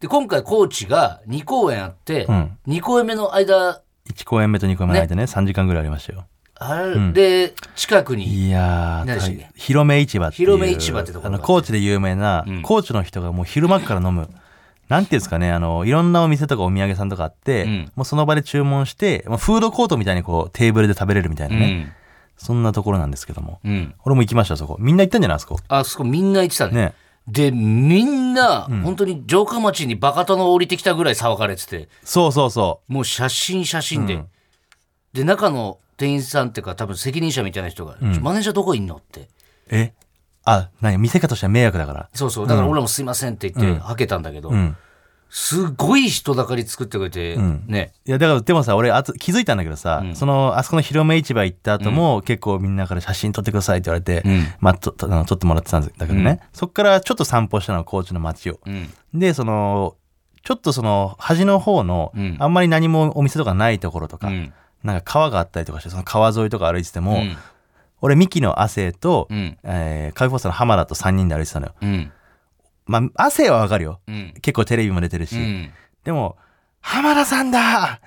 [SPEAKER 2] で、今回、高知が2公演あって、
[SPEAKER 3] うん
[SPEAKER 2] 2公演目の間、
[SPEAKER 3] 1公演目と2公演目の間ね3時間ぐらいありましたよ
[SPEAKER 2] あれ、近くに、
[SPEAKER 3] いやー
[SPEAKER 2] 何でしたっけ
[SPEAKER 3] 大広め市場っていう
[SPEAKER 2] 広め市場ってところ
[SPEAKER 3] あ
[SPEAKER 2] があっ
[SPEAKER 3] の
[SPEAKER 2] て
[SPEAKER 3] 高知で有名な、
[SPEAKER 2] うん
[SPEAKER 3] 高知の人がもう昼間っから飲
[SPEAKER 2] (laughs)
[SPEAKER 3] むなんていうんですかねあのいろんなお店とかお土産屋さんとかあって、
[SPEAKER 2] うん
[SPEAKER 3] もうその場で注文してもうフードコートみたいにこうテーブルで食べれるみたいなね、そんなところなんですけども
[SPEAKER 2] うん。うん。
[SPEAKER 3] 俺も行きましたそこみんな行ったんじゃないあそこ
[SPEAKER 2] あそこみんな行ってたね。
[SPEAKER 3] ね
[SPEAKER 2] で、みんな、本当に城下町にバカ殿降りてきたぐらい騒がれてて、
[SPEAKER 3] そうそうそ
[SPEAKER 2] もう写真写真で。で、中の店員さんっていうか、多分責任者みたいな人が、マネージャーどこいんのって。
[SPEAKER 3] うえあ何見せ方としては迷惑だから
[SPEAKER 2] そうそう。だから俺らもすいませんって言って、はけたんだけど、
[SPEAKER 3] うん
[SPEAKER 2] すごい人だかり作ってくれて、
[SPEAKER 3] ん
[SPEAKER 2] ね。
[SPEAKER 3] いやだからでもさ俺あと気づいたんだけどさ、そのあそこの広め市場行った後も、結構みんなから写真撮ってくださいって言われて、
[SPEAKER 2] ん
[SPEAKER 3] まあ、ととあの撮ってもらってたんだけどね、そっからちょっと散歩したの高知の街を、
[SPEAKER 2] うん。
[SPEAKER 3] でそのちょっとその端の方の、
[SPEAKER 2] うん
[SPEAKER 3] あんまり何もお店とかないところとか、
[SPEAKER 2] うん
[SPEAKER 3] なんか川があったりとかしてその川沿いとか歩いてても、
[SPEAKER 2] うん
[SPEAKER 3] 俺ミキの亜生と、
[SPEAKER 2] うん
[SPEAKER 3] えーカフェフォースの浜田と3人で歩いてたのよ
[SPEAKER 2] うん
[SPEAKER 3] まあ亜生はわかるよ
[SPEAKER 2] うん
[SPEAKER 3] 結構テレビも出てるし、
[SPEAKER 2] うん
[SPEAKER 3] でも浜田さんだ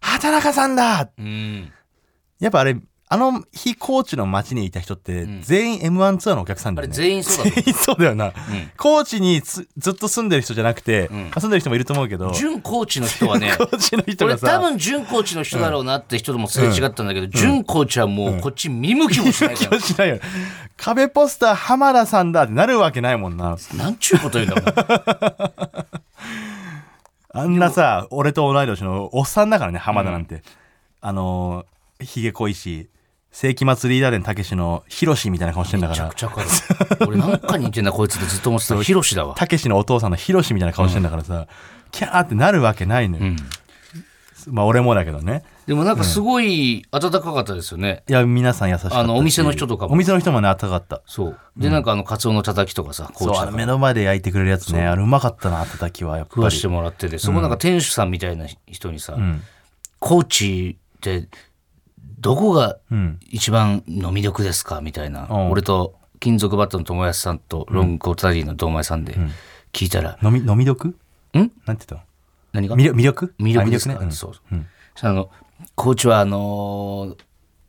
[SPEAKER 3] 畑中さんだ
[SPEAKER 2] うん
[SPEAKER 3] やっぱあれ、あの非高知の街にいた人って、全員 M1 ツアーのお客さん
[SPEAKER 2] あ
[SPEAKER 3] だ
[SPEAKER 2] れ
[SPEAKER 3] よね。
[SPEAKER 2] 全員そうだと
[SPEAKER 3] 全員 (laughs) そうだよな。高知につずっと住んでる人じゃなくて、
[SPEAKER 2] ん
[SPEAKER 3] まあ住んでる人もいると思うけど、
[SPEAKER 2] 準コーチの人はね
[SPEAKER 3] 高知の人
[SPEAKER 2] 俺
[SPEAKER 3] が
[SPEAKER 2] 多
[SPEAKER 3] さ、
[SPEAKER 2] 分準コーチの人だろうなって人ともすれ違ったんだけど、準コーチはもうこっち見向きもしないか
[SPEAKER 3] 気をしないよ。壁ポスター浜田さんだってなるわけないもんな。
[SPEAKER 2] ら、なんちゅうこと言うんだろうな
[SPEAKER 3] あんなさ、俺と同い年のおっさんだからね、浜田なんて。あのー、ひげ濃いし、世紀末リーダー伝たけしのヒロシみたいな顔してんだ
[SPEAKER 2] め
[SPEAKER 3] か
[SPEAKER 2] ちゃ
[SPEAKER 3] ら
[SPEAKER 2] く、ちゃかる俺なんか似てんなこいつってずっと思ってたヒロシだわ
[SPEAKER 3] たけしのお父さんのヒロシみたいな顔してんだからさ、キャーってなるわけないのよ。
[SPEAKER 2] うん
[SPEAKER 3] まあ俺もだけどね。
[SPEAKER 2] でもなんかすごい暖かかったですよね、
[SPEAKER 3] いや、皆さん優しかったし。
[SPEAKER 2] あのお店の人とかも
[SPEAKER 3] お店の人もね、温かかった。
[SPEAKER 2] そうでなんかあのカツオのたたきとかさコー
[SPEAKER 3] そう、
[SPEAKER 2] チ
[SPEAKER 3] あ
[SPEAKER 2] と
[SPEAKER 3] の
[SPEAKER 2] か
[SPEAKER 3] 目の前で焼いてくれるやつね。あれうまかったな、たたきは。やっ
[SPEAKER 2] 食
[SPEAKER 3] ぱ
[SPEAKER 2] わし
[SPEAKER 3] り。
[SPEAKER 2] てもらってて、そこなんか店主さんみたいな人にさ、
[SPEAKER 3] ん
[SPEAKER 2] コーチってどこが
[SPEAKER 3] うん。
[SPEAKER 2] 一番の魅力ですかみたいな、
[SPEAKER 3] ん
[SPEAKER 2] 俺と金属バットの友康さんとロングコートダディの堂前さんで聞いたら、
[SPEAKER 3] 飲み飲み毒
[SPEAKER 2] ん
[SPEAKER 3] なんて言っ
[SPEAKER 2] 何
[SPEAKER 3] た
[SPEAKER 2] が
[SPEAKER 3] の魅力魅力
[SPEAKER 2] 魅
[SPEAKER 3] あ
[SPEAKER 2] 力ですか、
[SPEAKER 3] ねうん
[SPEAKER 2] そう
[SPEAKER 3] うん
[SPEAKER 2] あの高知はあのー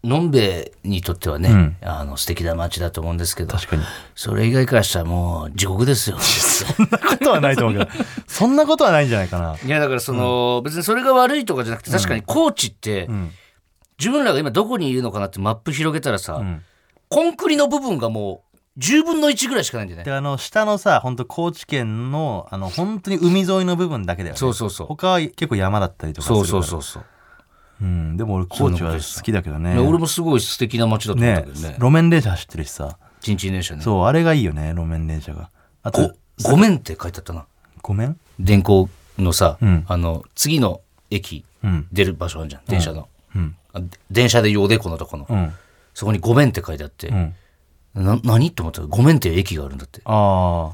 [SPEAKER 2] のんべえにとってはね、
[SPEAKER 3] うん
[SPEAKER 2] あの素敵な街だと思うんですけど
[SPEAKER 3] 確かに
[SPEAKER 2] それ以外からしたらもう地獄です
[SPEAKER 3] (laughs)
[SPEAKER 2] よ
[SPEAKER 3] そんなことはないと思うけど
[SPEAKER 2] (laughs)
[SPEAKER 3] そんなことはないんじゃないかない
[SPEAKER 2] やだからその、別にそれが悪いとかじゃなくて確かに高知って、
[SPEAKER 3] うん
[SPEAKER 2] 自分らが今どこにいるのかなってマップ広げたらさ、
[SPEAKER 3] うん
[SPEAKER 2] コンクリの部分がもう10分の1ぐらいしかないんじゃない
[SPEAKER 3] であの下のさ本当高知県のあの本当に海沿いの部分だけだよね
[SPEAKER 2] そうそうそう
[SPEAKER 3] 他は結構山だったりとかする
[SPEAKER 2] そ
[SPEAKER 3] か
[SPEAKER 2] う
[SPEAKER 3] ら
[SPEAKER 2] そうそうそう、
[SPEAKER 3] うんでも俺高知は好きだけどね
[SPEAKER 2] いや俺もすごい素敵な街だと思った
[SPEAKER 3] ね
[SPEAKER 2] けどね
[SPEAKER 3] 路面電車走ってるしさ
[SPEAKER 2] チンチン電車ね
[SPEAKER 3] そうあれがいいよね路面電車があ
[SPEAKER 2] ご
[SPEAKER 3] と
[SPEAKER 2] ごめんって書いてあったな
[SPEAKER 3] ごめん
[SPEAKER 2] 電光のさ、
[SPEAKER 3] うん
[SPEAKER 2] あの次の駅
[SPEAKER 3] うん
[SPEAKER 2] 出る場所あるじゃん電車の、
[SPEAKER 3] うん
[SPEAKER 2] あで電車でよおでこのとこの、
[SPEAKER 3] うん
[SPEAKER 2] そこに「ごめん」って書いてあって、
[SPEAKER 3] うん
[SPEAKER 2] な何って思ったら「ごめん」っていう駅があるんだって
[SPEAKER 3] ああ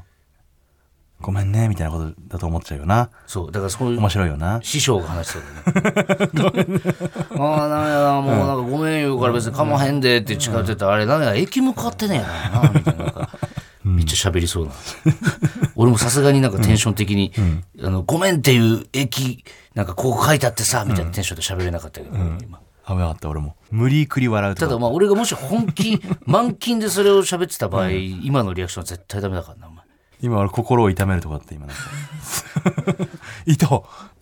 [SPEAKER 3] ごめんねみたいなことだと思っちゃうよな
[SPEAKER 2] そうだからそういう
[SPEAKER 3] 面白いよな
[SPEAKER 2] 師匠が話してた (laughs) よね。ああ、ダメだな、もうなんかごめん言うから別にかまへんでって誓ってた、あれダメだ、駅向かってねえからな、みたいな。なんかめっちゃ喋りそうな。俺もさすがになんかテンション的に、あの、ごめんっていう駅、なんかこう書いてあってさ、みたいなテンションで喋れなかったけど、今
[SPEAKER 3] 危なかった俺も無理くり笑うと
[SPEAKER 2] た
[SPEAKER 3] か
[SPEAKER 2] だまあ俺がもし本気、 (laughs) 満勤でそれを喋ってた場合、今のリアクションは絶対ダメだからな、お前。
[SPEAKER 3] 今俺心を痛めるとこだった
[SPEAKER 2] (laughs)
[SPEAKER 3] 今なんか伊藤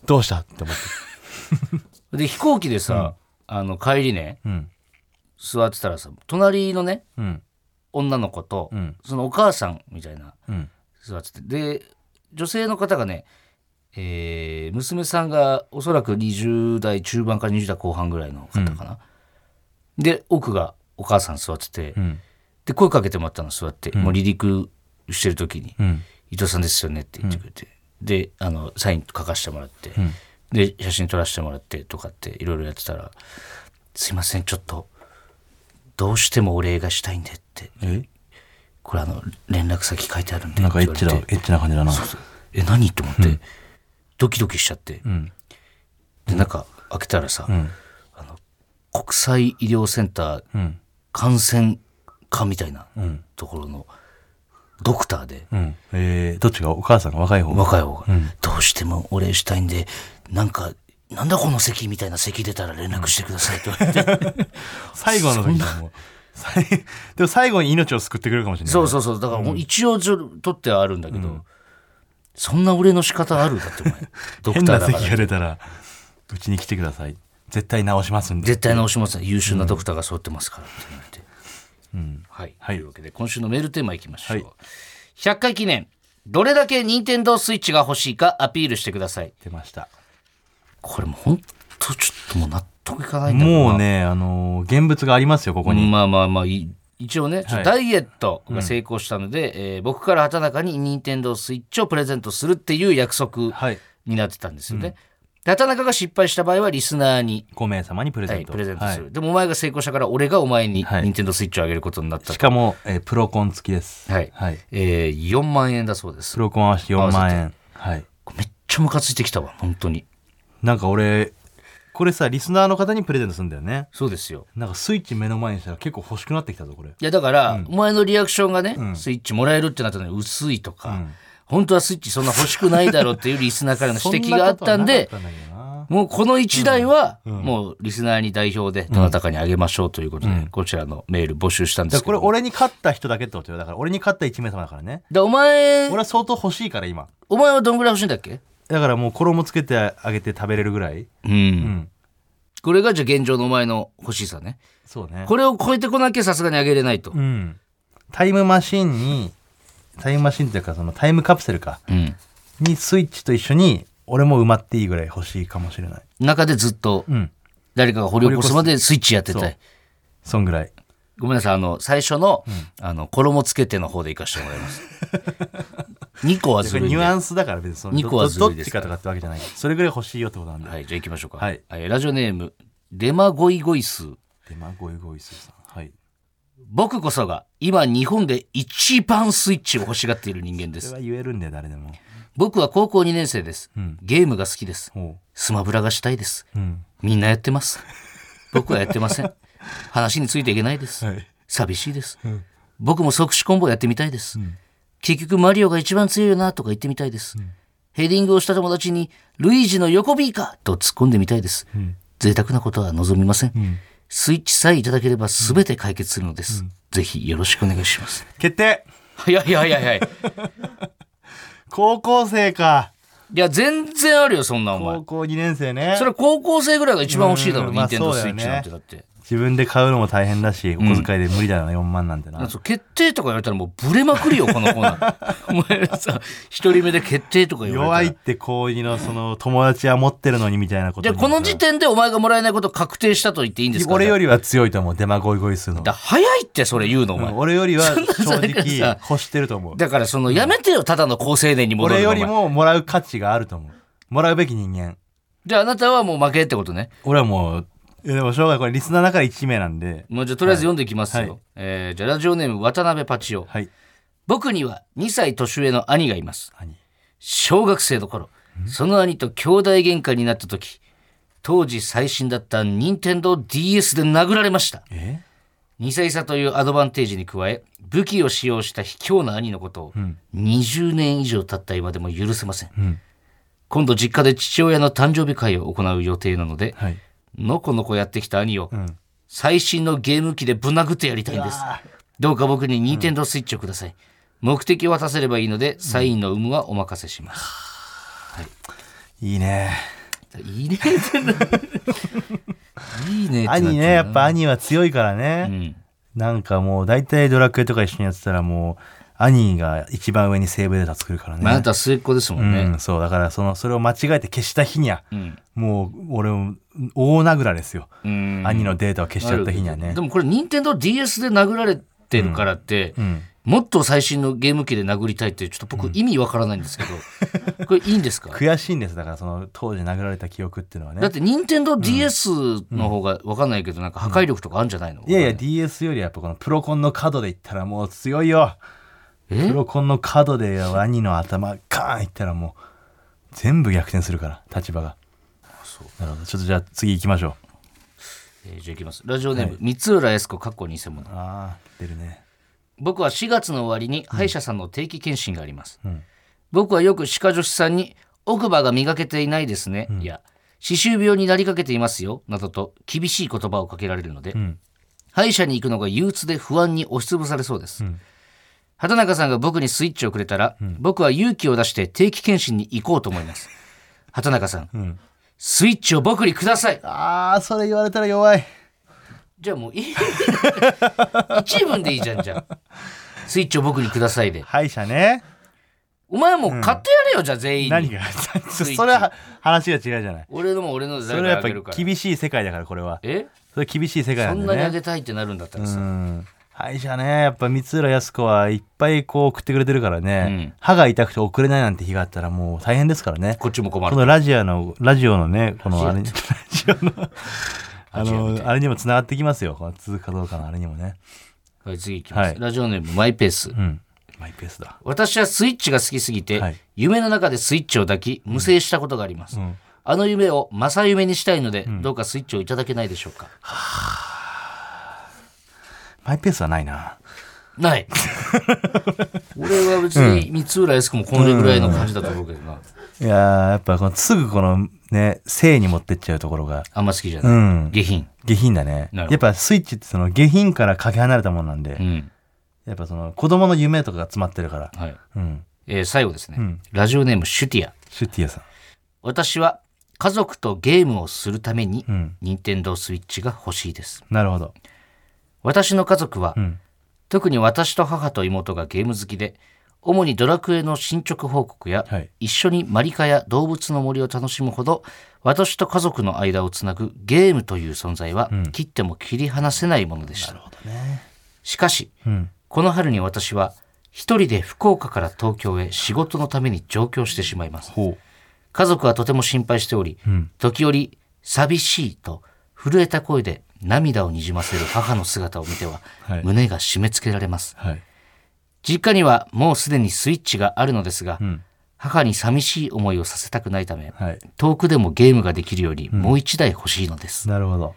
[SPEAKER 3] どうしたって思って
[SPEAKER 2] で、飛行機でさ、あの、帰りね、
[SPEAKER 3] うん
[SPEAKER 2] 座ってたらさ、隣のね、
[SPEAKER 3] うん
[SPEAKER 2] 女の子と、
[SPEAKER 3] うん
[SPEAKER 2] そのお母さんみたいな
[SPEAKER 3] うん
[SPEAKER 2] 座っててで女性の方がね、えー娘さんがおそらく20代中盤から20代後半ぐらいの方かな、で奥がお母さん座ってて、
[SPEAKER 3] うん
[SPEAKER 2] で声かけてもらったの座って、もう離陸してる時に、
[SPEAKER 3] うん
[SPEAKER 2] 伊藤さんですよね」って言ってくれて、であのサイン書かせてもらって、で写真撮らせてもらってとかっていろいろやってたら「すいませんちょっとどうしてもお礼がしたいんで」って
[SPEAKER 3] え
[SPEAKER 2] 「これあの連絡先書いてあるんで」
[SPEAKER 3] なんかエッチだ
[SPEAKER 2] っ
[SPEAKER 3] エ
[SPEAKER 2] て言われて
[SPEAKER 3] ッチな感じだな
[SPEAKER 2] え何?」と思って、ドキドキしちゃって、
[SPEAKER 3] ん
[SPEAKER 2] でなんか開けたらさ、
[SPEAKER 3] うん
[SPEAKER 2] あの国際医療センター
[SPEAKER 3] うん
[SPEAKER 2] 感染科みたいな
[SPEAKER 3] うん
[SPEAKER 2] ところのドクターで。
[SPEAKER 3] うんえー、どっちがお母さんが若い方
[SPEAKER 2] 若い方が、
[SPEAKER 3] うん
[SPEAKER 2] どうしてもお礼したいんでなんかなんだこの席みたいな席出たら連絡してくださいと言
[SPEAKER 3] (laughs)
[SPEAKER 2] って
[SPEAKER 3] 最後の時だもう最でも最後に命を救ってくれるかもしれない
[SPEAKER 2] そうそうそうだからもう一応ちょ取ってはあるんだけど、そんな俺の仕方あるだってお前
[SPEAKER 3] (laughs)
[SPEAKER 2] ドク
[SPEAKER 3] 変
[SPEAKER 2] タ
[SPEAKER 3] な
[SPEAKER 2] ーだか
[SPEAKER 3] 席が
[SPEAKER 2] ら
[SPEAKER 3] 出たらうちに来てください絶対直しますんで
[SPEAKER 2] 絶対直しますね優秀なドクターが揃ってますからって言われて、はい、
[SPEAKER 3] はい
[SPEAKER 2] というわけで今週のメールテーマいきましょう、
[SPEAKER 3] はい
[SPEAKER 2] 100回記念どれだけ任天堂スイッチが欲しいかアピールしてください
[SPEAKER 3] 出ました
[SPEAKER 2] これもうほんとちょっともう納得いかないんだけどな
[SPEAKER 3] もうねあのー現物がありますよここに、
[SPEAKER 2] まあまあまあい一応ね、ちょ
[SPEAKER 3] はい
[SPEAKER 2] ダイエットが成功したので、えー僕から畑中に任天堂スイッチをプレゼントするっていう約束
[SPEAKER 3] はい
[SPEAKER 2] になってたんですよね、で畑中が失敗した場合はリスナーに、
[SPEAKER 3] 5名様にプレ
[SPEAKER 2] は
[SPEAKER 3] ゼ
[SPEAKER 2] い
[SPEAKER 3] ント、
[SPEAKER 2] プレゼントする、
[SPEAKER 3] は
[SPEAKER 2] でもお前が成功したから俺がお前に
[SPEAKER 3] はい
[SPEAKER 2] 任天堂スイッチをあげることになっ
[SPEAKER 3] い
[SPEAKER 2] た
[SPEAKER 3] し、かも、えープロコン付きです
[SPEAKER 2] はいえー4万円だそうです
[SPEAKER 3] プロコン合わせて4万円はい
[SPEAKER 2] めっちゃムカついてきたわ本当に
[SPEAKER 3] なんか俺これさリスナーの方にプレゼントするんだよね
[SPEAKER 2] そうですよ
[SPEAKER 3] なんかスイッチ目の前にしたら結構欲しくなってきたぞこれ
[SPEAKER 2] いやだから、お前のリアクションがね、スイッチもらえるってなったのに薄いとか、本当はスイッチそんな欲しくないだろうっていうリスナーからの指摘があったんで
[SPEAKER 3] (laughs) そなことはなかったんだけどな
[SPEAKER 2] もうこの一台は、もうリスナーに代表で、どなたかにあげましょうということで、こちらのメール募集したんで
[SPEAKER 3] だ
[SPEAKER 2] す
[SPEAKER 3] から
[SPEAKER 2] け
[SPEAKER 3] これ
[SPEAKER 2] ど。
[SPEAKER 3] 俺に勝った人だけってことよだから俺に勝った1名様だからね
[SPEAKER 2] だお前
[SPEAKER 3] 俺、は相当欲しいから今
[SPEAKER 2] お前はどんぐらい欲しいんだっけ
[SPEAKER 3] だからもう衣つけてあげて食べれるぐらい
[SPEAKER 2] うん。これがじゃあ現状のお前の欲しさね。
[SPEAKER 3] そうね
[SPEAKER 2] これを超えてこなきゃさすがにあげれないと
[SPEAKER 3] う。んタイムマシンにタイムマシンっていうかそのタイムカプセルか
[SPEAKER 2] うん。
[SPEAKER 3] にスイッチと一緒に俺も埋まっていいぐらい欲しいかもしれない
[SPEAKER 2] 中でずっと
[SPEAKER 3] うん
[SPEAKER 2] 誰かが掘り起こすまでスイッチやってた
[SPEAKER 3] そ。
[SPEAKER 2] いう
[SPEAKER 3] そんぐらい
[SPEAKER 2] ごめんなさい、あの、最初の、あの、衣つけての方で行かせてもらい
[SPEAKER 3] (laughs)
[SPEAKER 2] ます。2個はず
[SPEAKER 3] そ
[SPEAKER 2] る
[SPEAKER 3] れ
[SPEAKER 2] いん
[SPEAKER 3] ニ
[SPEAKER 2] で
[SPEAKER 3] ュアンスだから別にその
[SPEAKER 2] 二個はず
[SPEAKER 3] ど
[SPEAKER 2] るい
[SPEAKER 3] どっ
[SPEAKER 2] です
[SPEAKER 3] ち
[SPEAKER 2] か
[SPEAKER 3] からとかってわけじゃないそれぐらい欲しいよってことなんで、
[SPEAKER 2] はい、じゃあ行きましょうか。
[SPEAKER 3] はい
[SPEAKER 2] えーラジオネーム、デマゴイゴイスー。
[SPEAKER 3] でまあゴイゴイスーさんはい
[SPEAKER 2] 僕こそが今日本で一番スイッチを欲しがっている人間で
[SPEAKER 3] そ
[SPEAKER 2] す。
[SPEAKER 3] れは言えるんだよ誰でも
[SPEAKER 2] 僕は高校2年生です。ゲームが好きです。
[SPEAKER 3] ほ
[SPEAKER 2] スマブラがしたいです。
[SPEAKER 3] ううん
[SPEAKER 2] みんなやって
[SPEAKER 3] (laughs)
[SPEAKER 2] ます。僕はやってません。話についていけないです。
[SPEAKER 3] はい
[SPEAKER 2] 寂しいです。僕も即死コンボやってみたいです、結局マリオが一番強いよなとか言ってみたいです、ヘディングをした友達にルイージの横 B かと突っ込んでみたいです、贅沢なことは望みません、スイッチさえいただければ全て解決するのです、ぜひよろしくお願いします
[SPEAKER 3] 決定
[SPEAKER 2] いやいやいやいやい
[SPEAKER 3] 高校生か
[SPEAKER 2] や全然あるよそんなお前
[SPEAKER 3] 高校2年生ね
[SPEAKER 2] それは高校生ぐらいが一番欲しいだろ
[SPEAKER 3] うんまあ
[SPEAKER 2] 任天堂
[SPEAKER 3] そう
[SPEAKER 2] スイ
[SPEAKER 3] だよ
[SPEAKER 2] ッ
[SPEAKER 3] ね
[SPEAKER 2] チなんてだって
[SPEAKER 3] 自分で買うのも大変だしお小遣いで無理だよな、4万なんてな
[SPEAKER 2] そう決定とか言われたらもうブレまくりよこのコーナ
[SPEAKER 3] (laughs)
[SPEAKER 2] ーお前さ一人目で決定とか言われた
[SPEAKER 3] 弱
[SPEAKER 2] ら
[SPEAKER 3] いって高2のその友達は持ってるのにみたいなこと
[SPEAKER 2] じゃあ
[SPEAKER 3] に
[SPEAKER 2] この時点でお前がもらえないこと確定したと言っていいんですか
[SPEAKER 3] 俺よりは強いと思うデマゴイゴイするの
[SPEAKER 2] だ早いってそれ言うのお前、
[SPEAKER 3] うん俺よりは
[SPEAKER 2] そ
[SPEAKER 3] 正
[SPEAKER 2] (laughs) んななんか
[SPEAKER 3] 直
[SPEAKER 2] さ
[SPEAKER 3] 欲してると思う
[SPEAKER 2] だからそのやめてよただの好青年に戻る
[SPEAKER 3] 俺
[SPEAKER 2] の
[SPEAKER 3] より
[SPEAKER 2] お前
[SPEAKER 3] ももらう価値があると思うもらうべき人間
[SPEAKER 2] じゃああなたはもう負けってことね
[SPEAKER 3] 俺はもういやでもしょうがないこれリスナーの中で1名なんで
[SPEAKER 2] もうじゃあとりあえず読んでいきますよ、
[SPEAKER 3] はいはい
[SPEAKER 2] えーじゃあラジオネーム渡辺パチオ、
[SPEAKER 3] はい
[SPEAKER 2] 僕には2歳年上の兄がいます
[SPEAKER 3] 兄
[SPEAKER 2] 小学生の頃その兄と兄弟喧嘩になった時当時最新だった任天堂 d s で殴られました
[SPEAKER 3] え
[SPEAKER 2] 2歳差というアドバンテージに加え武器を使用した卑怯な兄のことを20年以上経った今でも許せません、
[SPEAKER 3] ん
[SPEAKER 2] 今度実家で父親の誕生日会を行う予定なので、
[SPEAKER 3] はい
[SPEAKER 2] のこのこやってきた兄を、最新のゲーム機でぶん殴ってやりたいんですどうか僕に任天堂スイッチをください、目的を渡せればいいのでサインの有無はお任せします、
[SPEAKER 3] いいね
[SPEAKER 2] いいねってないいねってなっちゃうな
[SPEAKER 3] 兄ねやっぱ兄は強いからね、
[SPEAKER 2] うん
[SPEAKER 3] なんかもう大体ドラクエとか一緒にやってたらもう兄が一番上にセーブデータ作るからね、
[SPEAKER 2] まあ、あなたは末っ子ですも
[SPEAKER 3] うん
[SPEAKER 2] ね、
[SPEAKER 3] ん、そうだからそのそれを間違えて消した日には、
[SPEAKER 2] ん
[SPEAKER 3] もう俺も大殴られですよ、
[SPEAKER 2] うん
[SPEAKER 3] 兄のデータを消しちゃった日にはね
[SPEAKER 2] でもこれ任天堂 d s で殴られてるからって、
[SPEAKER 3] ん
[SPEAKER 2] もっと最新のゲーム機で殴りたいってちょっと僕意味わからないんですけど、
[SPEAKER 3] (laughs)
[SPEAKER 2] これいいんですか
[SPEAKER 3] 悔しいんですだからその当時殴られた記憶っていうのは
[SPEAKER 2] だ
[SPEAKER 3] ね
[SPEAKER 2] って任天堂 d s の方がわかんないけどなんか破壊力とかあるんじゃないの、
[SPEAKER 3] いやいや DS よりやっぱこのプロコンの角でいったらもう強いよ
[SPEAKER 2] え
[SPEAKER 3] プロコンの角で兄の頭カーンいったらもう全部逆転するから立場がなるほどちょっとじゃあ次行きましょう
[SPEAKER 2] えーじゃあいきますラジオネーム、三浦靖子かっこ偽物
[SPEAKER 3] ああ出るね
[SPEAKER 2] 僕は4月の終わりに歯医者さんの定期検診があります、僕はよく歯科助手さんに奥歯が磨けていないですね、いや歯周病になりかけていますよなどと厳しい言葉をかけられるので、歯医者に行くのが憂鬱で不安に押しつぶされそうです、畑中さんが僕にスイッチをくれたら、僕は勇気を出して定期検診に行こうと思います畑中さん、スイッチを僕にください
[SPEAKER 3] ああそれ言われたら弱い
[SPEAKER 2] じゃあもういい一文でいいじゃんじゃあスイッチを僕にくださいで
[SPEAKER 3] 歯医者ね
[SPEAKER 2] お前もう買ってやれよ、じゃあ全員に。
[SPEAKER 3] 何がそれは話が違うじゃない
[SPEAKER 2] 俺のも俺ので
[SPEAKER 3] そ
[SPEAKER 2] 誰
[SPEAKER 3] れは
[SPEAKER 2] か
[SPEAKER 3] や
[SPEAKER 2] あげる
[SPEAKER 3] っ
[SPEAKER 2] か
[SPEAKER 3] ぱ
[SPEAKER 2] ら。
[SPEAKER 3] 厳しい世界だからこれは
[SPEAKER 2] え
[SPEAKER 3] それ厳しい世界な
[SPEAKER 2] そん
[SPEAKER 3] んで
[SPEAKER 2] なにあ
[SPEAKER 3] ね
[SPEAKER 2] げたいってなるんだったら
[SPEAKER 3] う
[SPEAKER 2] さ。
[SPEAKER 3] ん歯医者ねやっぱ三浦靖子はいっぱいこう送ってくれてるからね、
[SPEAKER 2] うん
[SPEAKER 3] 歯が痛くて送れないなんて日があったらもう大変ですからね
[SPEAKER 2] こっちも困
[SPEAKER 3] こ
[SPEAKER 2] る。
[SPEAKER 3] のラジオのラジオのねこのあれ (laughs) ラ
[SPEAKER 2] ラ
[SPEAKER 3] ジオのあのあれにもつながってきますよこの続くかどうかのあれにもね
[SPEAKER 2] はい、次いきます、
[SPEAKER 3] はい
[SPEAKER 2] ラジオネームマイペース。
[SPEAKER 3] うんマイペースだ
[SPEAKER 2] 私はスイッチが好きすぎて、
[SPEAKER 3] はい
[SPEAKER 2] 夢の中でスイッチを抱き、無制したことがあります。あの夢を正夢にしたいので、どうかスイッチをいただけないでしょうか。
[SPEAKER 3] マイペースはないな (laughs)
[SPEAKER 2] ない。俺は別に三浦靖子もこれぐらいの感じだと思うけどな。
[SPEAKER 3] いやーやっぱこのすぐこのね性に持ってっちゃうところが
[SPEAKER 2] あんま好きじゃ
[SPEAKER 3] う
[SPEAKER 2] ない。
[SPEAKER 3] ん
[SPEAKER 2] 下品。
[SPEAKER 3] 下品だね
[SPEAKER 2] なるほど
[SPEAKER 3] やっぱスイッチってその下品からかけ離れたもんなんで、
[SPEAKER 2] うん。
[SPEAKER 3] やっぱその子供の夢とかが詰まってるから
[SPEAKER 2] はい。
[SPEAKER 3] うん
[SPEAKER 2] えー最後ですね、ラジオネームシュティア。
[SPEAKER 3] シュッティアさん
[SPEAKER 2] 私は家族とゲームをするために
[SPEAKER 3] ん
[SPEAKER 2] 任天堂スイッチが欲しいです
[SPEAKER 3] なるほど
[SPEAKER 2] 私の家族は、
[SPEAKER 3] ん
[SPEAKER 2] 特に私と母と妹がゲーム好きで主にドラクエの進捗報告や、
[SPEAKER 3] はい
[SPEAKER 2] 一緒にマリカや動物の森を楽しむほど私と家族の間をつなぐゲームという存在は、切っても切り離せないものでしたしかし、
[SPEAKER 3] ん
[SPEAKER 2] この春に私は一人で福岡から東京へ仕事のために上京してしまいます
[SPEAKER 3] ほ
[SPEAKER 2] 家族はとても心配しており、時折寂しいと震えた声で涙をにじませる母の姿を見ては、
[SPEAKER 3] はい
[SPEAKER 2] 胸が締め付けられます
[SPEAKER 3] はい
[SPEAKER 2] 実家にはもうすでにスイッチがあるのですが、母に寂しい思いをさせたくないため、
[SPEAKER 3] はい
[SPEAKER 2] 遠くでもゲームができるようにもう一台欲しいのです、
[SPEAKER 3] なるほど